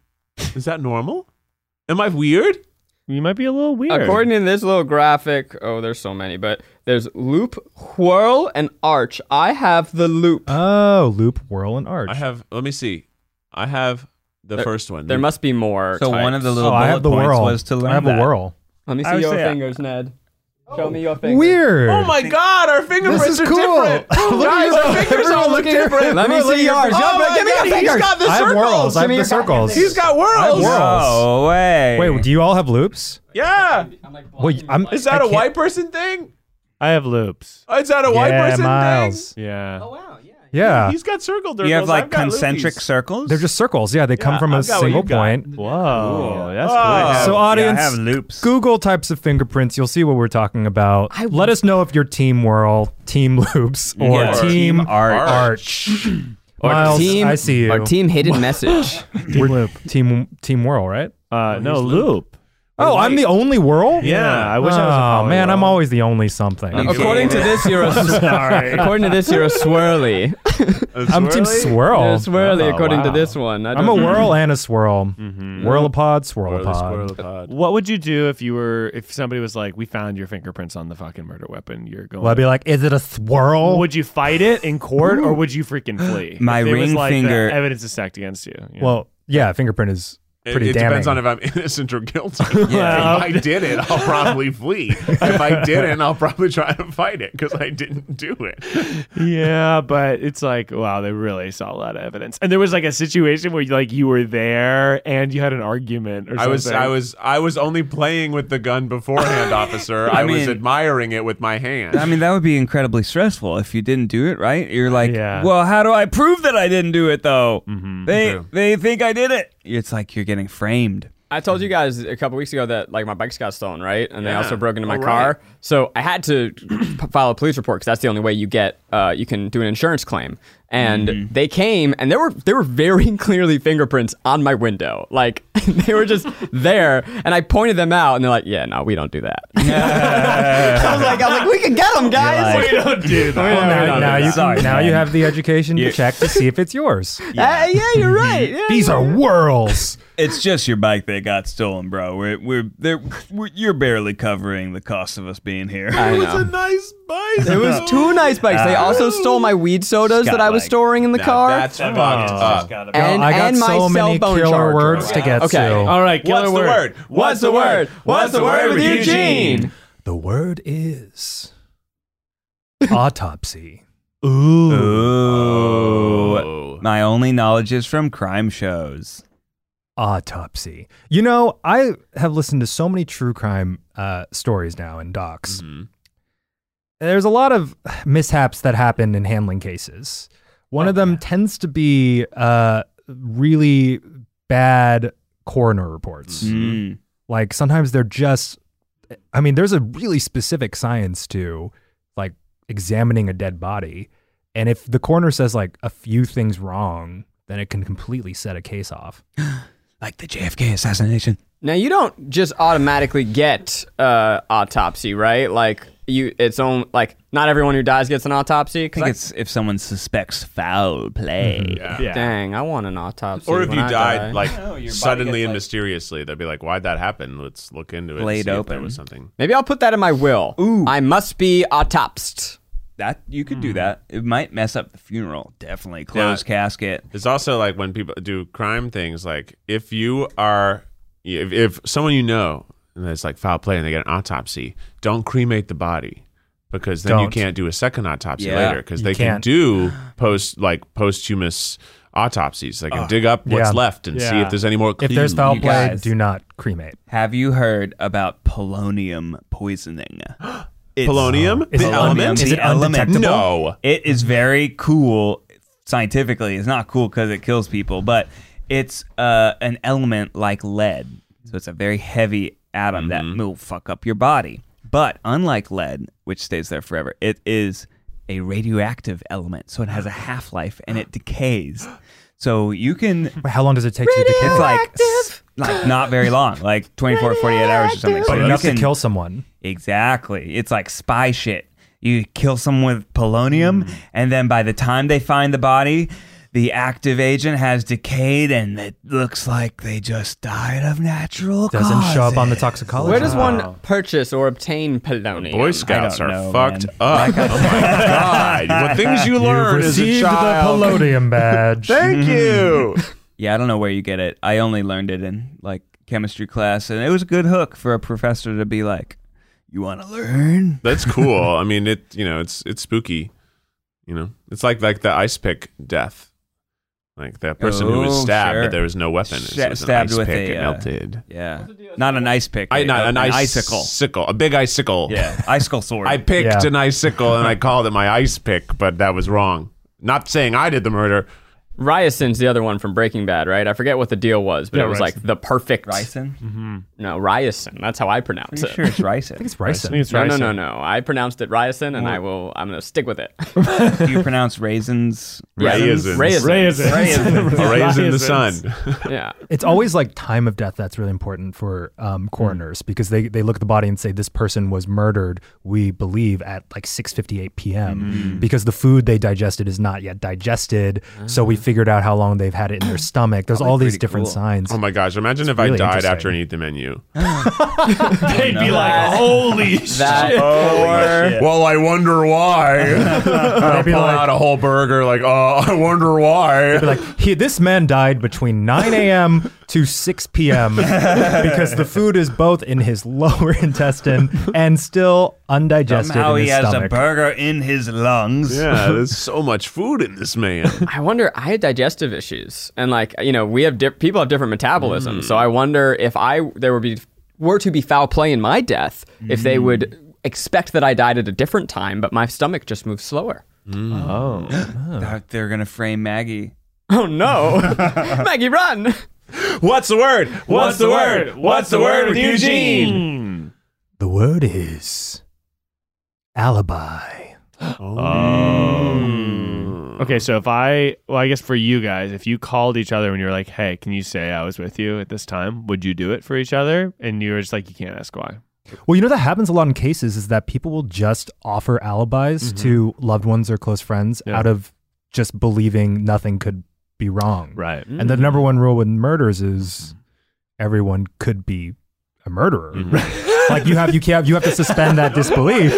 Is that normal? Am I weird?
you might be a little weird.
According to this little graphic, oh, there's so many, but there's loop, whirl, and arch. I have the loop.
Oh, loop, whirl, and arch.
I have. Let me see. I have the first one.
There must be more.
So one of the
types.
little
oh, I
bullet
have the
points
whirl.
was to learn
I have
that.
a whirl.
Let me
I
see
would
your
say I-
fingers, Ned. Show me your fingers.
Weird.
Oh my God! Our fingerprints
is
are
cool.
different.
Look at
Guys,
your-
our fingers all
everyone
look
look at your-
different.
Let me
Look at
see
your-
yours.
Oh
Yo, bro,
my
give me
God,
your
he's
fingers.
got the
I have
circles.
whirls.
Give
I have
me
the
your-
circles.
He's got
I have
whirls.
whirls.
No way.
Wait, do you all have loops?
Yeah.
Well, I'm,
Is that
I
a
can't-
white person thing?
I have loops.
Is that a white
yeah,
person
Miles.
thing?
Yeah.
Yeah,
He's got circle dirtles.
You have
I've
like
got
concentric
loopies.
circles?
they're just circles. Yeah, they come
Yeah,
from a
I've got what
single
you've got.
point.
Whoa. That's
Oh.
cool. Uh,
So,
Yeah,
audience,
I have loops.
Google types of fingerprints. You'll see what we're talking about. Let us know if you're Team Whirl, Team Loops, or
Yeah.
Team
Team Arch.
Arch. Miles, I see you.
Our team hidden message.
We're Team Team Whirl, right?
Uh, no loop.
Oh, I'm the only Whirl.
Yeah, I wish
oh,
I was. A poly
man, I'm
whirl.
always the only something.
According to this, you're a According to this, you're a swirly.
I'm Team Swirl.
You're a swirly
Oh,
according to
wow.
this one. I
I'm a whirl and a swirl. Whirlapod, swirlapod.
What would you do if you were if somebody was like, "We found your fingerprints on the fucking murder weapon"? You're going.
Well, I'd be like, is it a swirl?
would you fight it in court or would you freaking flee?
My
If it was,
ring
like, the
finger-
evidence is stacked against you. you know?
well, yeah, fingerprint is pretty
it, it
damning.
depends on if I'm innocent or guilty. if I did it, I'll probably flee. If I didn't, I'll probably try to fight it because I didn't do it.
yeah, but it's like, wow, they really saw a lot of evidence. And there was like a situation where like you were there and you had an argument or
I
something.
was, I was, I was only playing with the gun beforehand, officer. I,
I
was
mean-
admiring it with my hand.
I mean, that would be incredibly stressful if you didn't do it, right? You're like,
Yeah.
well, how do I prove that I didn't do it though? They
Mm-hmm, True.
they think I did it. It's like you're getting framed.
I told you guys a couple weeks ago that like my bikes got stolen, right? And they
Yeah.
also broke into my
Oh,
car.
right.
So I had to p- file a police report because that's the only way you get uh, you can do an insurance claim. And
Mm-hmm.
they came, and there were there were very clearly fingerprints on my window. Like they were just there, and I pointed them out, and they're like, "Yeah, no, we don't do that." I was like, "I was like, we can get them, guys."
Like,
Well, now,
no,
now
no,
you,
sorry,
now you
man.
have the education to check to see if it's yours.
yeah. yeah, you're right. Yeah,
These
you're
are
right.
whirls.
it's just your bike that got stolen, bro. We're we're, they're, we're you're barely covering the cost of us being here. Ah.
I
it was
know.
a nice bike.
It was two nice bikes.
Uh,
They also stole my weed sodas that I was
Scott-like.
storing in the
Now
car.
That's fucked up.
and,
I got
and my
so
cell
many
phone
killer
charger.
words to get
Okay.
to.
All right, killer
What's the
word.
word? What's the word? What's the word with Eugene?
The word is autopsy. Ooh.
Ooh.
Oh.
My only knowledge is from crime shows.
Autopsy. You know, I have listened to so many true crime uh, stories now and docs. there's a lot of mishaps that happen in handling cases. One of them tends to be uh, really bad coroner reports.
Mm.
Like sometimes they're just, I mean, there's a really specific science to like examining a dead body. And if the coroner says like a few things wrong, then it can completely set a case off.
Like the JFK assassination.
Now you don't just automatically get uh, autopsy, right? Like you, it's own like not everyone who dies gets an autopsy.
I think it's if someone suspects foul play.
Yeah.
dang, I want an autopsy.
Or if
when
you
I
died
die.
like
know, Oh, your body
suddenly
gets,
and
like-
mysteriously, they'd be like, "Why'd that happen? Let's look into it."
Blade
see If there
open.
was something.
maybe I'll put that in my will.
Ooh.
I must be autopsed.
That you could do that. It might mess up the funeral. Definitely closed casket.
It's also like when people do crime things. Like if you are, if, if someone you know and it's like foul play and they get an autopsy, don't cremate the body because then you
Don't.
can't do a second autopsy
Yeah.
later because
You
they can
can't.
do post like posthumous autopsies. They can dig up what's
yeah.
left and see
Yeah.
if there's any more.
If
Clues.
there's foul
you
play,
guys.
do not cremate.
Have you heard about polonium poisoning? It's-
polonium,
Is
the
it
element.
polonium? Is it
the element.
undetectable?
No.
It is very cool scientifically. It's not cool because it kills people, but it's uh, an element like lead. So it's a very heavy atom that will fuck up your body. But unlike lead, which stays there forever, it is a radioactive element. So it has a half life and it decays. So you can.
How long does it take to decay?
It's like, s- like not very long, like 24, 48 hours or something. So
but
you
enough
can-
to kill someone.
Exactly. It's like spy shit. You kill someone with polonium, and then by the time they find the body, the active agent has decayed, and it looks like they just died of natural
Doesn't show up on the
causes.
toxicology.
Where does one purchase or obtain polonium?
Boy Scouts
I
are
don't know,
fucked
man.
up. oh my god! What things you learn as a child.
the polonium badge.
Mm-hmm.
Thank you.
Yeah, I don't know where you get it. I only learned it in like chemistry class, and it was a good hook for a professor to be like, "You want to learn?"
That's cool. I mean, it you know, it's it's spooky. You know, it's like like the ice pick death, like that person who was
Oh,
stabbed,
sure.
but there was no weapon. It
Sta-
was an
stabbed
ice
with
pick.
a,
it
uh,
melted.
Yeah, not an ice pick.
I not
a-
an,
icicle.
icicle, a big icicle.
Yeah, icicle sword.
I picked
Yeah.
an icicle and I called it my ice pick, but that was wrong. Not saying I did the murder.
Ryosin's the other one from Breaking Bad, right? I forget what the deal was, but
Yeah,
it was like
Ryosin.
the perfect.
ricin.
No, Ryosin. That's how I pronounce
Pretty
it.
sure it's ricin.
It's
I
ricin.
think it's
No,
right.
no, no, no. I pronounced it Ryosin, and I will. I'm gonna stick with it.
Do you pronounce raisins?
Yeah.
Raisins.
Raisins.
Raisins.
A raise in the
Raisins.
sun.
Yeah.
It's always like time of death that's really important for
Mm.
um, coroners because they, they look at the body and say this person was murdered. We believe at like 6:58 p.m.
Mm.
because the food they digested is not yet digested. So we figured out how long they've had it in their stomach. There's all these
Ah. pretty
different
cool.
signs.
Oh my gosh! Imagine if I
really
died
interesting.
after and eat the menu.
They'd be like, holy
That
shit.
or
Well, I wonder why. I'll
be
pull
like-
out a whole burger, like, oh, I wonder why.
They're like he, this man died between 9 a.m. to 6 p.m. because the food is both in his lower intestine and still undigested
Somehow
in his
he has
stomach.
a burger in his lungs.
yeah, there's so much food in this man.
I wonder. I had digestive issues, and like you know, we have di- people have different metabolisms. So I wonder if I there would be were to be foul play in my death, if they would expect that I died at a different time, but my stomach just moves slower.
They're- They're gonna frame Maggie.
Oh no, Maggie, run!
What's the word?
What's the word? What's the word with Eugene?
The word is alibi.
Okay, so if I, well, I guess for you guys, if you called each other and you were like, "Hey, can you say I was with you at this time?" Would you do it for each other? And you were just like, "You can't ask why."
Well, you know that happens a lot in cases is that people will just offer alibis
Mm-hmm.
to loved ones or close friends
Yeah.
out of just believing nothing could be wrong.
Right.
And the number one rule with murders is everyone could be a murderer. Mm-hmm. like you have you can't you have to suspend that disbelief.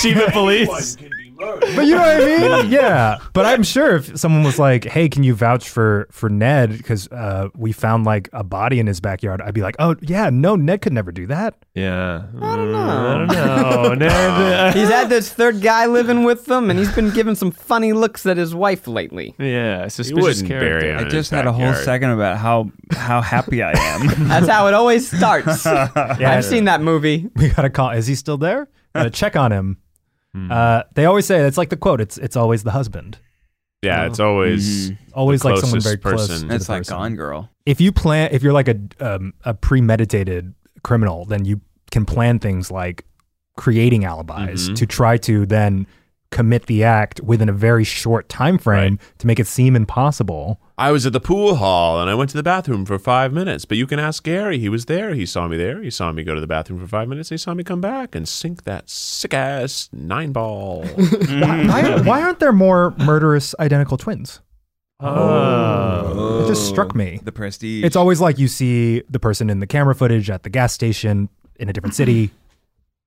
Chief of police.
But you know what I mean? yeah. But I'm sure if someone was like, "Hey, can you vouch for for Ned because uh, we found like a body in his backyard?" I'd be like, "Oh yeah, no, Ned could never do that."
Yeah. I don't know. I don't know. Ned, uh,
He's had this third guy living with them, and he's been giving some funny looks at his wife lately.
yeah,
You
suspicious
wouldn't
character.
bury him.
I
in his
just had a whole
backyard.
second about how how happy I am.
That's how it always starts. I've seen that movie.
We gotta call. Is he still there? Gotta check on him. Uh, they always say that's like the quote. It's it's always the husband.
Yeah, it's always
Always
The
like someone
closest
very close.
person.
to
it's
the
like
person.
Gone Girl.
If you plan, if you're like a um, a premeditated criminal, then you can plan things like creating alibis
Mm-hmm.
to try to then commit the act within a very short time frame to make it seem impossible.
I was at the pool hall and I went to the bathroom for five minutes. But you can ask Gary. He was there. He saw me there. He saw me go to the bathroom for five minutes. He saw me come back and sink that sick ass nine ball.
Mm-hmm. why, why aren't there more murderous identical twins?
Oh.
Oh.
Uh,
It just struck me.
The Prestige.
It's always like you see the person in the camera footage at the gas station in a different city,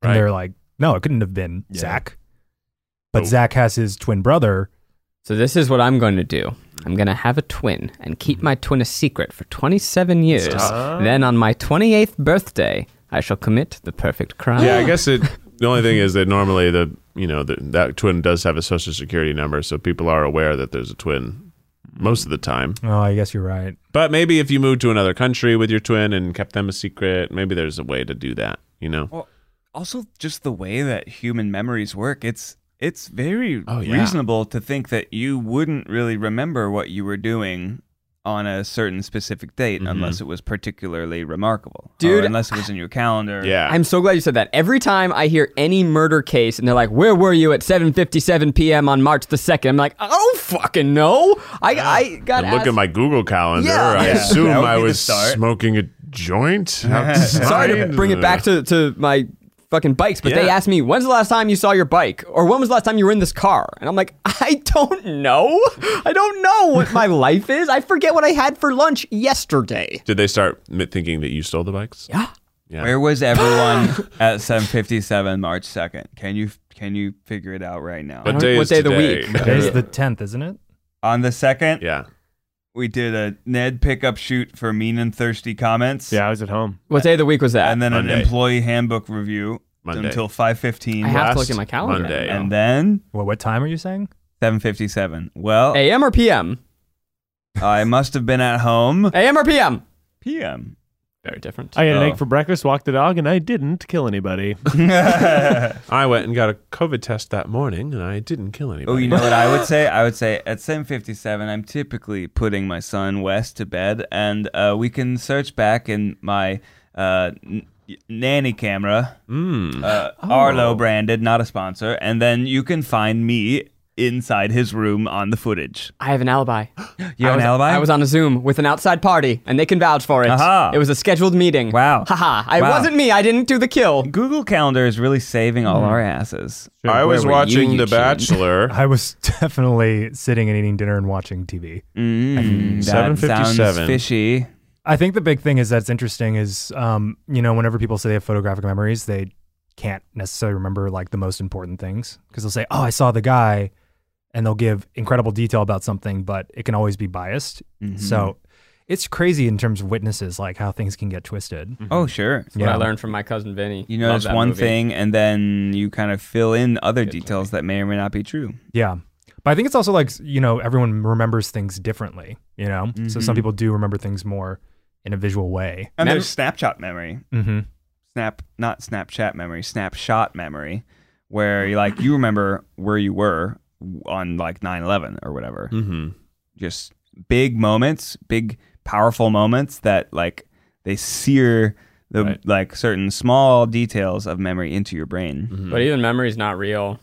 and
Right.
they're like, "No, it couldn't have been
Yeah.
Zach." But
Oh.
Zach has his twin brother.
So this is what I'm going to do. I'm going to have a twin and keep my twin a secret for 27 years. Then on my 28th birthday, I shall commit the perfect crime.
yeah, I guess it. The only thing is that normally the you know the, that twin does have a social security number, so people are aware that there's a twin most of the time.
Oh, I guess you're right.
But maybe if you moved to another country with your twin and kept them a secret, maybe there's a way to do that. You know.
Well, also just the way that human memories work. It's it's very
Oh, yeah.
reasonable to think that you wouldn't really remember what you were doing on a certain specific date
Mm-hmm.
unless it was particularly remarkable,
Dude,
or unless it was in your calendar.
Yeah.
I'm so glad you said that. Every time I hear any murder case and they're like, "Where were you at 7:57 p.m. on March the 2nd? I'm like, "I don't fucking know." I I got
I look at
asked-
my Google calendar.
Yeah.
I
Yeah.
assume
That would
I
be the
was
start.
smoking a joint. Sorry
Sorry to bring it back to to my fucking bikes, but they
Yeah.
asked me, "When's the last time you saw your bike?" or "When was the last time you were in this car?" And I'm like, "I don't know. I don't know what my life is. I forget what I had for lunch yesterday."
Did they start m- thinking that you stole the bikes?
Yeah.
Where was everyone at 7:57 March 2nd? Can you can you figure it out right now?
What
don't-
day
Uh-huh. what
is
day of the
today?
week?
Today's the tenth, isn't it?
on the 2nd,
yeah.
we did a Ned pickup shoot for mean and thirsty comments.
Yeah, I was at home.
What day of the week was that?
And then an
Monday.
employee handbook review
Monday.
until 5:15
I have to look
Last
at my calendar.
Monday.
and then
What, what time are you saying?
7:57. Well,
AM or PM?
I must have been at home.
AM or PM?
PM.
Very different.
I ate an
Oh.
egg for breakfast, walked the dog, and I didn't kill anybody.
I went and got a COVID test that morning, and I didn't kill anybody.
Oh, you know what I would say? I would say at 7:57, I'm typically putting my son Wes to bed, and uh, we can search back in my uh, n- nanny camera,
Mm.
uh,
Oh.
Arlo branded, not a sponsor, and then you can find me inside his room on the footage.
I have an alibi.
You
I
have
was,
an alibi?
I was on a Zoom with an outside party, and they can vouch for it.
Aha.
It was a scheduled meeting.
Wow.
Haha. I
Wow.
wasn't me. I didn't do the kill.
Google Calendar is really saving all
Mm.
our asses.
I was
were you,
watching
you
The
cheated?
Bachelor.
I was definitely sitting and eating dinner and watching TV.
Mm, that sounds
7:57.
fishy.
I think the big thing is that's interesting is um, you know, whenever people say they have photographic memories, they can't necessarily remember like the most important things because they'll say, "Oh, I saw the guy," and they'll give incredible detail about something, but it can always be biased. So it's crazy in terms of witnesses, like how things can get twisted.
Oh, sure.
That's what I learned from my cousin Vinny.
You
Love
notice
that
one
movie.
thing, and then you kind of fill in other details that may or may not be true.
Yeah. But I think it's also like, you know, everyone remembers things differently, you know? So
Mm-hmm.
some people do remember things more in a visual way.
And
Mem-
there's snapshot memory,
Mm-hmm.
snap not Snapchat memory, snapshot memory, where you like you remember where you were on like 9/11 or whatever.
Mm-hmm.
Just big moments, big powerful moments that like they sear the
Right.
like certain small details of memory into your brain.
But
Hmm.
even memory's not real.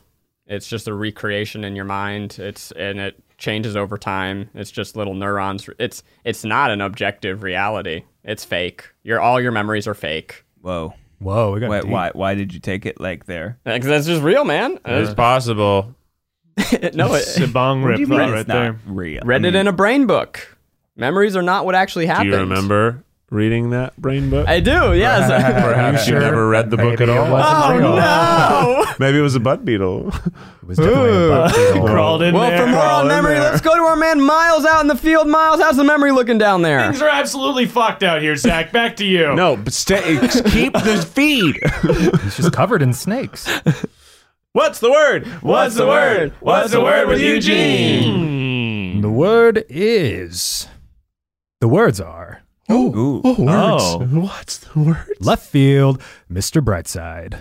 It's just a recreation in your mind. It's and it changes over time. It's just little neurons. It's it's not an objective reality. It's fake. Your all your memories are fake.
Whoa.
Whoa, we got
Why,
deep.
why why did you take it like there?
Like, that's just real, man.
It's possible.
no, it,
It's a bong rip
But
right,
it's not
there.
real. I
read it
mean-
in a brain book. Memories are not what actually
Hmm. Do
happened.
you remember reading that brain book?
I do, yes.
Perhaps you
sure?
never read the book
Maybe
at
it
all.
wasn't
oh,
real.
no.
Maybe it was a bud beetle.
It was definitely a bug beetle.
Crawled in
Well,
there.
for more on memory, let's go to our man Miles out in the field. Miles, how's the memory looking down there?
Things are absolutely fucked out here, Zach. Back to you.
no, but stay, keep the feed.
It's just covered in snakes.
What's the word? What's the word?
What's the word with Eugene?
The word is. The words are
Ooh.
Oh.
What's the word?
left field, Mr. Brightside.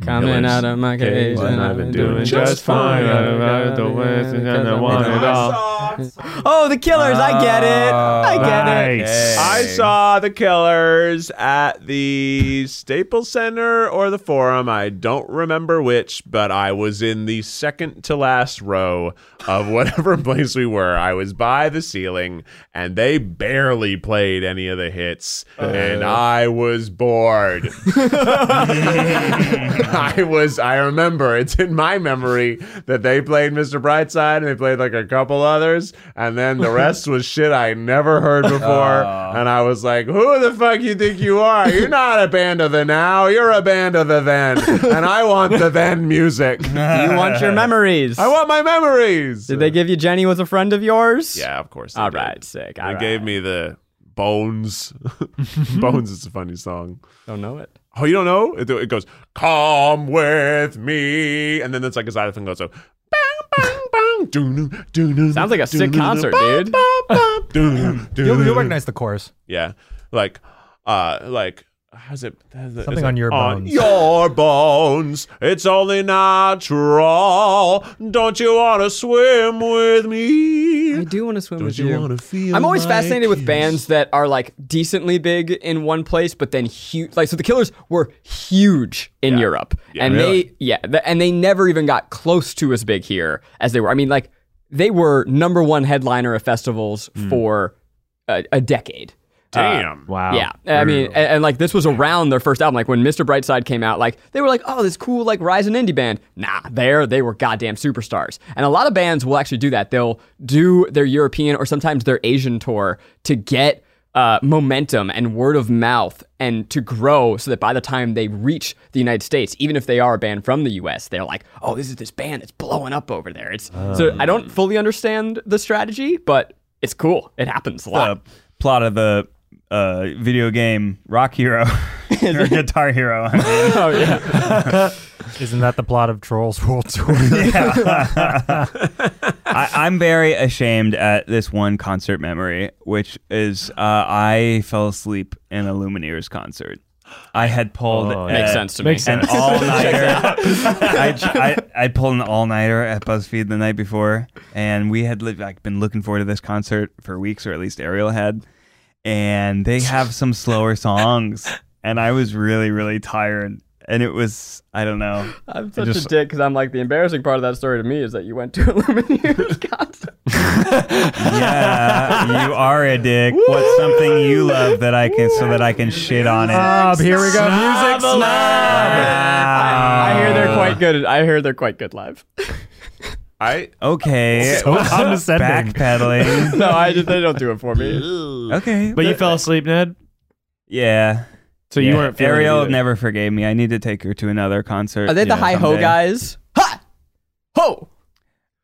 Coming out of my cage,
What
and I've been doing just fine.
I'm the worst and I don't want it all.
Oh, the killers! I get it. I get
Ah,
it.
I saw the killers at the Staples Center or the Forum. I don't remember which, but I was in the second to last row of whatever place we were. I was by the ceiling, and they barely played any of the hits, and I was bored. I was I remember it's in my memory that they played Mr. Brightside and they played like a couple others and then the rest was shit I never heard before and I was like who the fuck you think you are you're not a band of the now you're a band of the then and I want the then music
You want your memories?
I want my memories
Did they give you Jenny was a friend of yours?
Yeah of course they
All
did.
right, sick.
They
all right.
gave me the Bones Bones is a funny song
Don't know it.
Oh, you don't know? It, it goes, come with me. And then it's like a xylophone goes, so, bang, bang, bang, doo-doo, doo-doo,
Sounds like a sick
doo-doo,
concert,
bang,
dude.
bang, bang, doo-doo,
You'll,
doo-doo.
you'll recognize the chorus.
Yeah. Like, uh, like, how's it? how's it-
Something
is it
on your bones.
your bones. It's only natural. Don't you want to swim with me?
I do want to swim
Don't
with
you
you.
wanna feel
I'm always
my
fascinated with
kiss?
bands that are like decently big in one place, but then huge. Like so, the Killers were huge in Europe, and they yeah, th- and they never even got close to as big here as they were. I mean, like they were number one headliner of festivals for a, a decade.
Damn.
Wow.
Yeah, I mean, and, and, like this was around their first album. Like when Mr. Brightside came out, like they were like, "Oh, this cool like rising indie band." Nah, there they were goddamn superstars. And a lot of bands will actually do that. They'll do their European or sometimes their Asian tour to get uh, momentum and word of mouth and to grow, so that by the time they reach the United States, even if they are a band from the U.S., they're like, "Oh, this is this band that's blowing up over there." It's so I don't fully understand the strategy, but it's cool. It happens a lot.
the plot of the uh, video game Rock Hero or Guitar Hero. I mean.
oh yeah.
Isn't that the plot of Trolls World Tour?
I, I'm very ashamed at this one concert memory, which is uh, I fell asleep in a Lumineers concert. I had pulled
Oh, Makes
a-
sense to me. Makes
an all nighter. I, I, I pulled an all nighter at BuzzFeed the night before, and we had li- like been looking forward to this concert for weeks, or at least Ariel had. And they have some slower songs, and I was really, really tired. And it was, I don't know.
I'm such
just-
a dick because I'm like the embarrassing part of that story to me is that you went to a Lumineers concert.
Yeah, you are a dick. What's something you love that I can, so that I can shit on it?
Snob, here we go. Music
I hear they're
Wow.
quite good. I hear they're quite good live.
I,
Okay,
So condescending.
backpedaling.
No, I just they don't do it for me.
Okay,
But you fell asleep, Ned?
yeah.
So
Yeah.
you weren't feeling
Ariel
it either.
never forgave me. I need to take her to another concert.
Are they
you
the
know,
high ho
someday.
guys? Ha ho.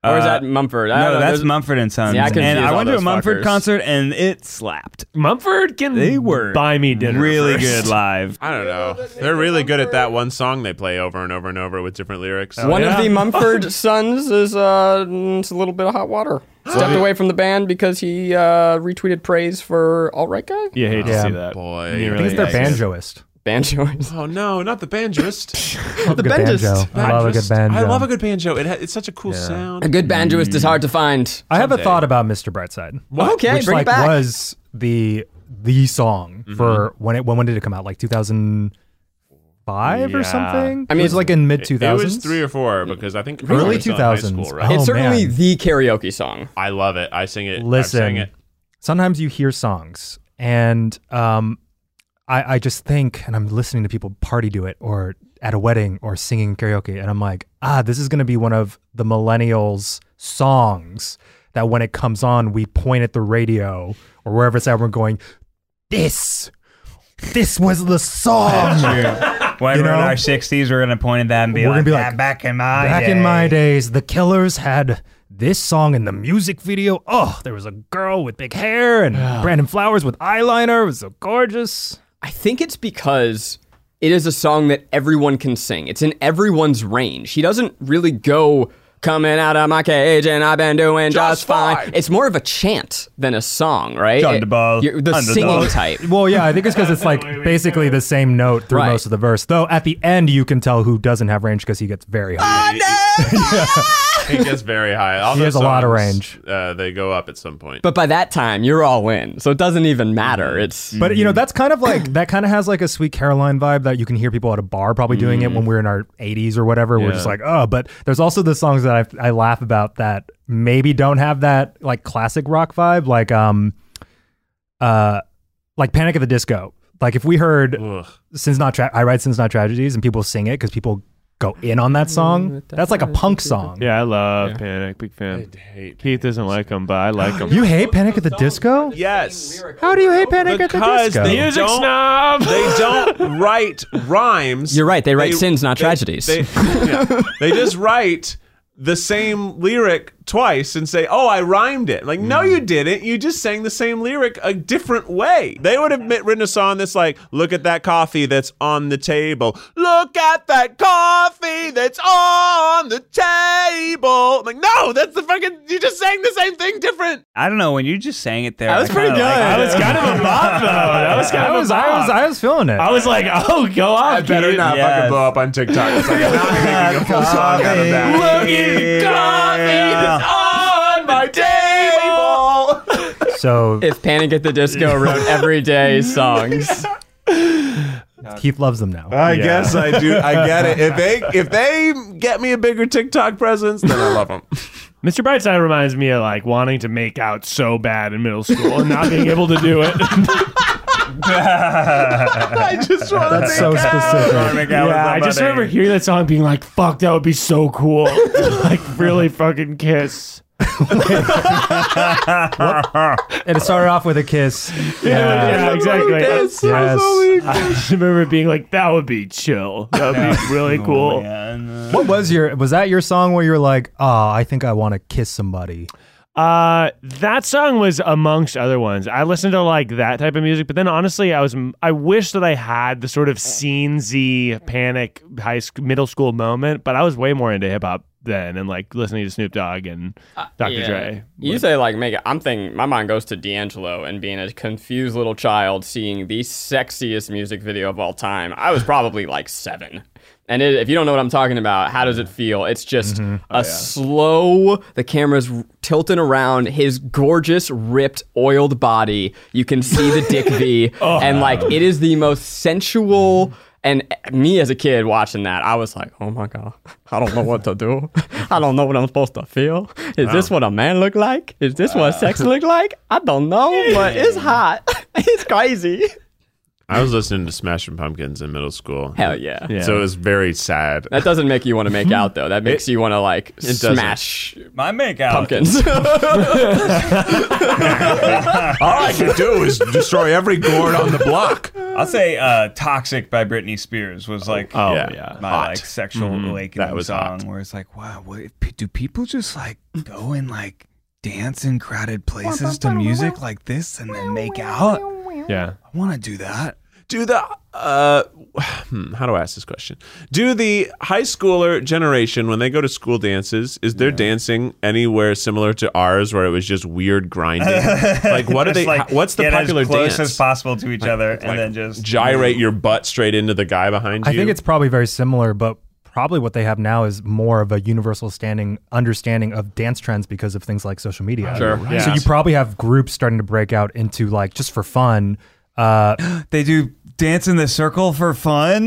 Or is
Uh,
that Mumford? I don't
No,
know.
that's
There's-
Mumford and Sons.
Yeah, I confuse
and I
all
went to a
those
Mumford
fuckers.
concert and it slapped.
Mumford can
They were
buy me dinner.
Really
first.
good live.
I don't know. They're really good at that one song they play over and over and over with different lyrics.
Oh,
One
yeah.
of the Mumford sons is uh, it's a little bit of hot water. Stepped away from the band because he uh, retweeted praise for All Right Guy?
You hate
Yeah.
to see that.
Boy.
You
I think it's
really
their
hate it.
banjoist.
Banjoist.
Oh no, not the banjoist.
Love a good
banjoist.
banjo. I love a good
Banjoist.
banjo.
I love a good banjo. It ha- it's such a cool
A
sound.
good banjoist is hard to find.
I have a thought about Mr. Brightside.
Okay,
which
bring
like
it back.
was the the song for when it when, when did it come out? Like 2005
Yeah.
or something?
I mean,
it was like in mid 2000s.
It was three or four because I think I
Early
was still in high school,
2000s.
right?
Oh,
it's certainly
man.
the karaoke song.
I love it. I sing it.
Oh. Listen,
I sing it.
sometimes you hear songs and um, I, I just think, and I'm listening to people party do it or at a wedding or singing karaoke, and I'm like, ah, this is going to be one of the millennials' songs that when it comes on, we point at the radio or wherever it's at, we're going, this. This was the song.
When
You
we're in
know?
our 60s, we're going to point at that and be,
We're
like,
gonna be
"Ah,
like,
back in my
Back in
day."
my days, the Killers had this song in the music video. Oh, there was a girl with big hair and Brandon Flowers with eyeliner. It was so gorgeous.
I think it's because it is a song that everyone can sing. It's in everyone's range. He doesn't really go coming out of my cage and I've been doing just, fine. It's more of a chant than a song, right?
John
It-
DeBall,
you're- the
underdog.
singing type.
Well, yeah, I think it's because it's like basically the same note through
Right.
most of the verse. Though at the end, you can tell who doesn't have range because he gets very high.
He gets very high. All
He
those
has a lot of
songs,
range.
Uh, they go up at some point.
But by that time, you're all in. So it doesn't even matter. It's
But you know, that's kind of like that kind of has like a sweet Caroline vibe that you can hear people at a bar probably doing it when we're in our 80s or whatever. We're just like, oh, but there's also the songs that I, I laugh about that maybe don't have that like classic rock vibe, like um, uh, like Panic at the Disco. Like if we heard
Ugh.
"Sin's Not Tra- I Write Sin's Not Tragedies" and people sing it because people go in on that song. That's like a punk song.
Yeah, I love Panic. Big fan. Keith doesn't like them, but I like them.
You hate Panic at the Disco?
yes.
How do you hate Panic at the
Because
Disco?
they
Music
don't-
snob.
They don't write rhymes.
You're right, they write sins, not tragedies.
They, yeah. They just write the same lyric twice and say, "Oh, I rhymed it." Like, no, you didn't. You just sang the same lyric a different way. They would have mi- written a song that's like, "Look at that coffee that's on the table. Look at that coffee that's on the table." I'm like, no, that's the fucking. You just sang the same thing different.
I don't know. When you just sang it there,
That was pretty good.
That was kind of a bop, though. That was kind
I
of
was,
a bop.
I was, I was feeling it.
I was like, oh, go off, Keith.
Yes. fucking blow
up on TikTok. It's like, now
"Oh,
I'm making a full song out of that.
Look at
Yeah.
on my table.
so
if Panic at the Disco wrote everyday songs.
Keith loves them now.
I guess uh, I do. I get it. If they if they get me a bigger TikTok presence, then I love them.
Mr. Brightside reminds me of like wanting to make out so bad in middle school and not being able to do it.
I just want to
That's so specific.
yeah, I just remember hearing that song, being like, "Fuck, that would be so cool!" like, really fucking kiss.
And it started off with a kiss.
Yeah, exactly.
Yes.
I just remember being like, "That would be chill. That would be really cool."
What was your was that your song where you were like, oh, I think I want to kiss somebody?
Uh, that song was amongst other ones. I listened to like that type of music, but then honestly, I was I wish that I had the sort of scenesy panic high sc- middle school moment, but I was way more into hip hop then and like listening to Snoop Dogg and Dr. Dre.
You say like make it. I'm thinking my mind goes to D'Angelo and being a confused little child seeing the sexiest music video of all time. I was probably like seven. And it, if you don't know what I'm talking about, how does it feel? It's just a slow. The camera's r- tilting around his gorgeous, ripped, oiled body. You can see the dick V, and like it is the most sensual. And me as a kid watching that, I was like, "Oh my god, I don't know what to do. I don't know what I'm supposed to feel. Is this what a man look like? Is this what sex look like? I don't know, but it's hot. it's crazy.
I was listening to Smashing Pumpkins in middle school.
Hell yeah.
So it was very sad.
That doesn't make you want to make out though. That makes you want to like
doesn't.
smash
My makeout.
pumpkins.
All I could do is destroy every gourd on the block.
I'll say uh, "Toxic" by Britney Spears was like
Oh
Yeah.
yeah.
my
hot. Mm-hmm.
like sexual awakening
That was
song,
hot.
where it's like, wow, what, do people just like go and like dance in crowded places to music like this and then make out?
Yeah.
I want to do that.
Do the uh, hmm, how do I ask this question? Do the high schooler generation when they go to school dances is their dancing anywhere similar to ours where it was just weird grinding? like what are
Just,
they?
like,
how- what's the
get
popular
as close
dance?
as possible to each other, and
Like,
then just
gyrate your butt straight into the guy behind you.
I think it's probably very similar, but probably what they have now is more of a universal standing understanding of dance trends because of things like social media.
Sure, yeah.
So you probably have groups starting to break out into like just for fun. Uh,
They do dance in the circle for fun.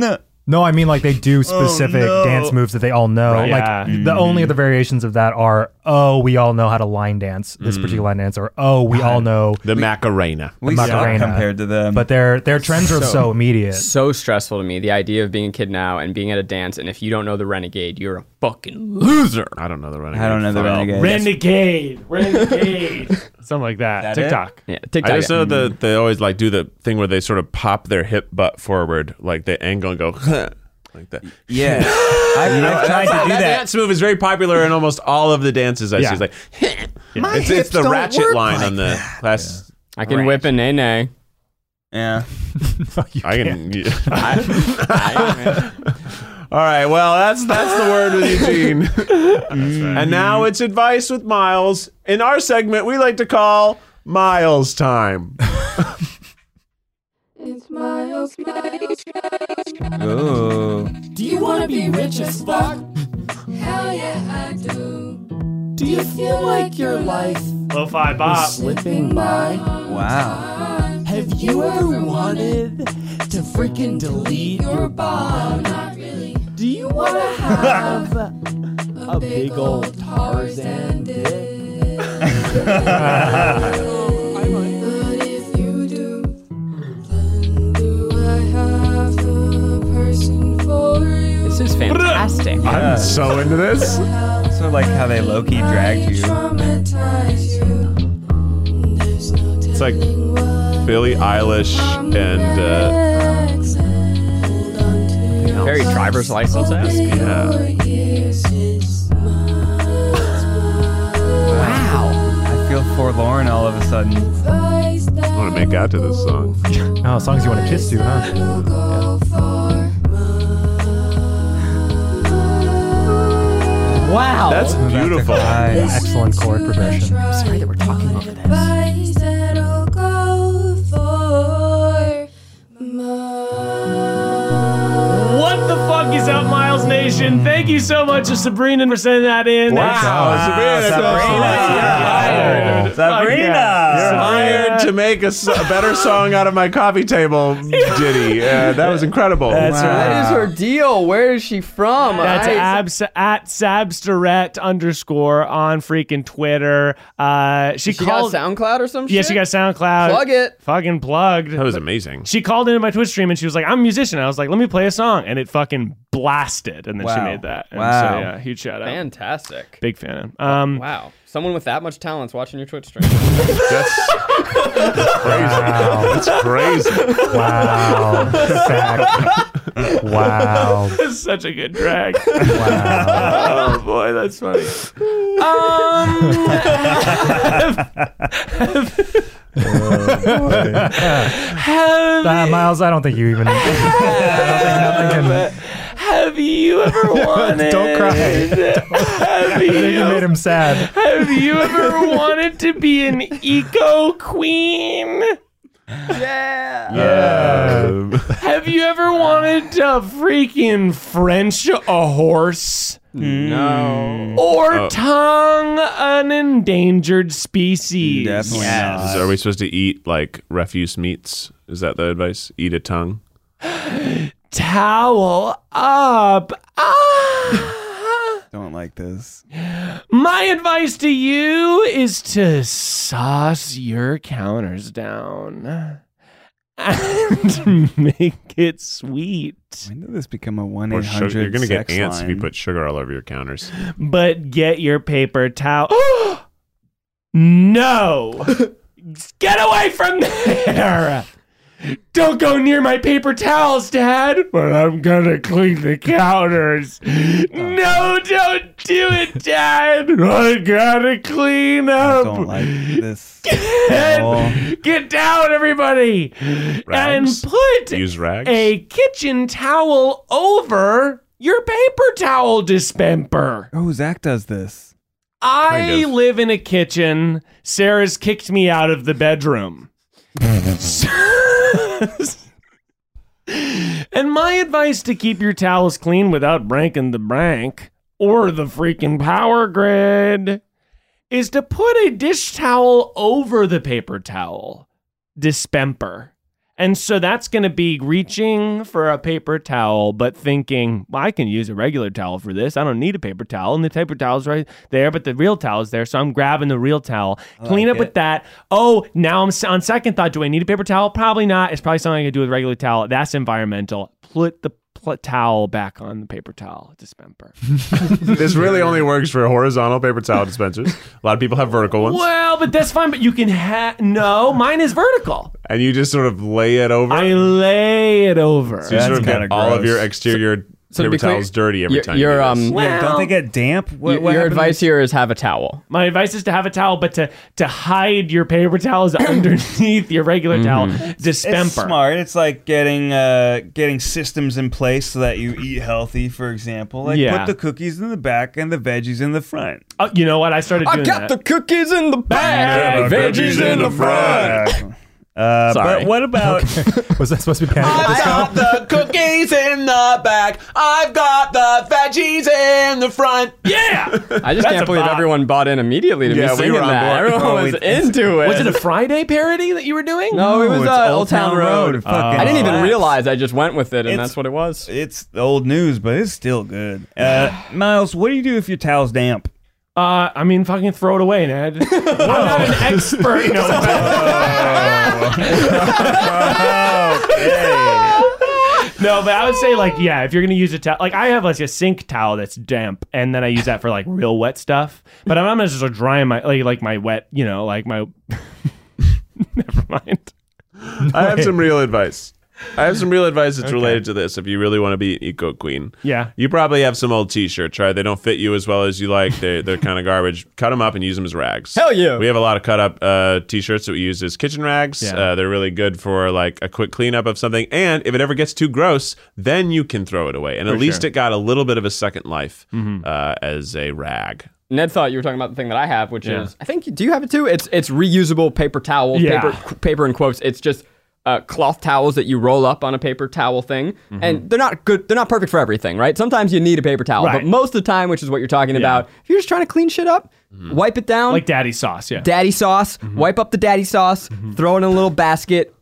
No,
Oh,
I mean like they do specific
no.
dance moves that they all know. Like
Yeah.
Mm.
the only other variations of that are oh, we all know how to line dance
Mm.
this particular line dance, or oh, we all know.
The Macarena.
We
Macarena.
suck compared to them.
But their their trends are so,
So-
immediate.
So stressful to me. The idea of being a kid now and being at a dance, and if you don't know the Renegade, you're a fucking loser.
I don't know the running.
I don't know the renegade.
Renegade, renegade, something like that.
That it?
TikTok.
Yeah, TikTok.
I just
yeah.
know
Mm-hmm.
that they always like do the thing where they sort of pop their hip butt forward, like they angle and go like that.
Yeah, I've, I've tried to
That
do that.
dance move is very popular in almost all of the dances I
Yeah.
see. It's like it's, it's the ratchet line on the class.
I can whip a nay nay.
Yeah,
I can. All right. Well, that's that's the word with Eugene. And now it's advice with Miles. In our segment, we like to call Miles time.
It's Miles Miles.
Ooh.
Do you want to be rich as fuck? Hell yeah, I do. Do you feel like your life
Lo-fi bop.
slipping by?
wow.
Have you ever wanted to freaking delete your bomb? Not really. Do you want to have a big old Tarzan dick? But if you do, then do I have the person for you?
This is fantastic.
I'm so into this.
So like how they low key dragged you.
Traumatize you. There's no
It's like Billie Eilish and uh,
Very driver's license esque. Wow.
I feel forlorn all of a sudden.
I want to make out to this song.
Oh, as long as you want to kiss to, huh?
Wow.
That's
I'm about to
beautiful.
cry.
Excellent chord progression.
Sorry that we're talking over this.
What the fuck is up, Miles Nation? Thank you so much to Sabrina for sending that in.
Oh,
Ah.
Sabrina,
Sabrina.
Sabrina.
Sabrina.
Hired to make a, s- a better song out of my coffee table ditty. Uh, that was incredible.
That is her deal. Where is she from?
That's
I-
abs- at Sabstaret underscore on freaking Twitter. Uh, she,
She
called.
got SoundCloud or some
yeah,
shit?
she got SoundCloud.
Plug it.
Fucking plugged.
that was amazing.
she called into my Twitch stream and she was like, "I'm a musician." I was like, "Let me play a song," and it fucking blasted. And then she
Wow.
made that. And
Wow.
So yeah, huge shout out.
Fantastic.
Big fan. Um,
Wow. Someone with that much talent's watching your Twitch stream.
That's
Wow.
that's crazy.
Wow. Fact. Wow.
that's such a good drag.
Wow.
oh boy, that's funny. Have,
Uh, Miles, I don't think you even. I don't think nothing can-
have you ever wanted?
Don't cry.
Have
you made
you,
him sad.
have you ever wanted to be an eco queen?
Uh,
Um,
Have you ever wanted to freaking French a horse? No. Or tongue an endangered species?
Definitely
is-
not.
are we supposed to eat like refuse meats? Is that the advice? Eat a tongue.
Towel up. Ah.
Don't like this.
My advice to you is to sauce your counters down and make it sweet,
When did this become a one
Or
eight
sugar. You're
hundred?
gonna get ants if you put sugar all over your counters.
but get your paper towel. no! get away from there! Don't go near my paper towels, Dad! But I'm gonna clean the counters. No, don't do it, Dad! I gotta clean
I
up!
don't like this.
Get-
Oh.
Get down, everybody,
Rags.
and put
Use rags.
a kitchen towel over your paper towel dispenser.
Oh, Zach does this.
I
Kind of.
live in a kitchen. Sarah's kicked me out of the bedroom. and my advice to keep your towels clean without breaking the bank or the freaking power grid is to put a dish towel over the paper towel dispenser And so that's going to be reaching for a paper towel, but thinking, well, I can use a regular towel for this. I don't need a paper towel. And the paper towel's right there, but the real towel's there. So I'm grabbing the real towel. Clean up with that. Oh, now I'm s- on second thought. Do I need a paper towel? Probably not. It's probably something I can do with a regular towel. That's environmental. Put the pl- towel back on the paper towel dispenser.
this really only works for horizontal paper towel dispensers. A lot of people have vertical ones,
well, but that's fine. But you can have, no, mine is vertical.
and you just sort of lay it over.
I lay it over.
so you sort
That's
of get
kinda
all of
gross.
your exterior
so to
paper
be clear,
towels dirty every
your-
time.
your,
you do
um,
this.
Yeah, don't they get damp? What,
Y-
what
your
happened to
advice here is have a towel.
My advice is to have a towel, but to to hide your paper towels underneath your regular towel dispenser.
Mm-hmm. It's smart. It's like getting uh, getting systems in place so that you eat healthy. For example, like
Yeah.
put the cookies in the back and the veggies in the front.
Oh, you know what? I started doing that.
cookies in the
Yeah,
bag,
the Uh, veggies in the front.
Uh,
Sorry.
But what about
Was that supposed to be panic?
got the cookies in the back. I've got the veggies in the front.
yeah.
I just
That's a
can't believe
bop.
everyone bought in immediately to
Yeah,
me
we
singing
were on
that.
board.
Everyone
Oh,
was
we-
into it.
Was it a Friday parody that you were doing?
no, it was
Oh, it's
uh, Old Town Road.
Fucking
Uh,
I didn't even
slaps.
realize I just went with it, and
It's-
that's what it was.
It's old news, but it's still good. Uh, Miles, what do you do if your towel's damp?
Uh, I mean, fucking throw it away, Ned. I'm not an expert. You know, no, but I would say like, yeah, if you're gonna use a towel, like I have like a sink towel that's damp, and then I use that for like real wet stuff. But I'm not just like, drying my like, like my wet, you know, like my. Never mind.
I have some real advice. I have some real advice that's related to this. If you really want to be an eco queen,
Yeah.
you probably have some old T-shirts, right? They don't fit you as well as you like. They they're kind of garbage. Cut them up and use them as rags.
Hell yeah.
We have a lot of cut up uh, T-shirts that we use as kitchen rags.
Yeah.
Uh, they're really good for like a quick cleanup of something. And if it ever gets too gross, then you can throw it away. And at least it got a little bit of a second life uh, as a rag.
Ned thought you were talking about the thing that I have, which is I think do you have it too? It's it's reusable paper towel,
Yeah.
paper qu- paper in quotes. It's just uh, cloth towels that you roll up on a paper towel thing,
Mm-hmm.
and they're not good. They're not perfect for everything, right? Sometimes you need a paper towel,
Right.
but most of the time, which is what you're talking about, if you're just trying to clean shit up, wipe it down,
Mm-hmm. Like Mm-hmm. daddy sauce. Yeah.
daddy sauce, wipe up the daddy sauce,
Mm-hmm.
throw it in a little basket,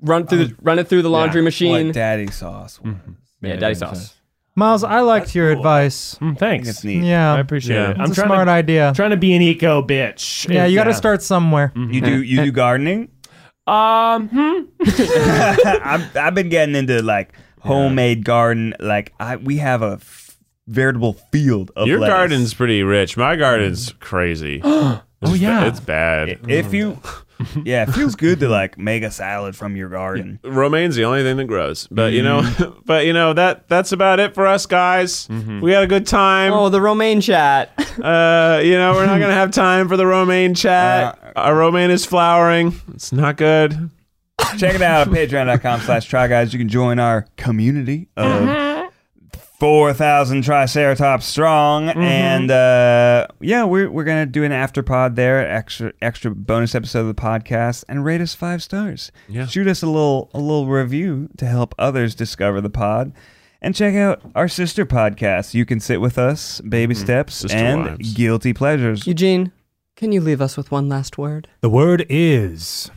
run through
Oh.
the, run it through the laundry machine.
Like daddy sauce. was.
yeah, daddy sauce.
Miles, I liked your advice.
Mm, thanks.
It's neat.
Yeah,
I appreciate
Yeah.
it.
It's
I'm
it's a
trying
smart
to,
idea.
trying to be an eco bitch.
yeah, Mm-hmm. you got to start somewhere.
You do you do gardening?
Um, hmm.
I've, I've been getting into like homemade garden. Like I, we have a f- veritable field of
Your
lettuce.
garden's pretty rich. My garden's crazy. oh
yeah.
it's bad.
If you, yeah, it feels good to like make a salad from your garden.
Romaine's the only thing that grows. But you know, but you know that that's about it for us guys. We had a good time.
Oh, the romaine chat.
Uh, you know, we're not gonna have time for the romaine chat. Our romaine is flowering. It's not good.
Check it out at patreon.com slash try guys. You can join our community of
Uh-huh.
4,000 triceratops strong.
Mm-hmm.
And uh, yeah, we're, we're going to do an after pod there, extra extra bonus episode of the podcast, and rate us five stars.
Yeah.
Shoot us a little, a little review to help others discover the pod. And check out our sister podcast. You can sit with us, Baby Steps,
Mm-hmm. Sister
and
Wives.
Guilty Pleasures.
Eugene, can you leave us with one last word?
The word is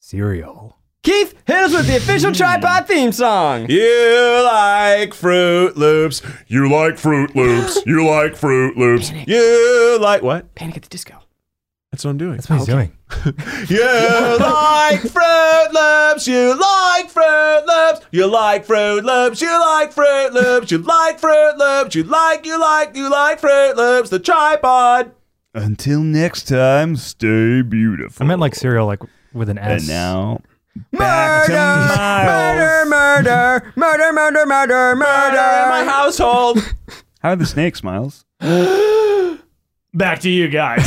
cereal.
Keith, hit us with the official tripod theme song.
You like Fruit Loops. You like Fruit Loops. You like Fruit Loops. You like what?
Panic at the Disco.
That's what I'm doing.
That's what he's doing.
You like Fruit Loops. You like Fruit Loops. You like Fruit Loops. You like Fruit Loops. You like Fruit Loops. You like, you like, you like Fruit Loops. The tripod.
Until next time, stay beautiful.
I meant like cereal, like with an S.
And now, back to Miles.
murder, murder, murder,
Murder
murder,
in my household.
How are the snakes, Miles?
back to you guys.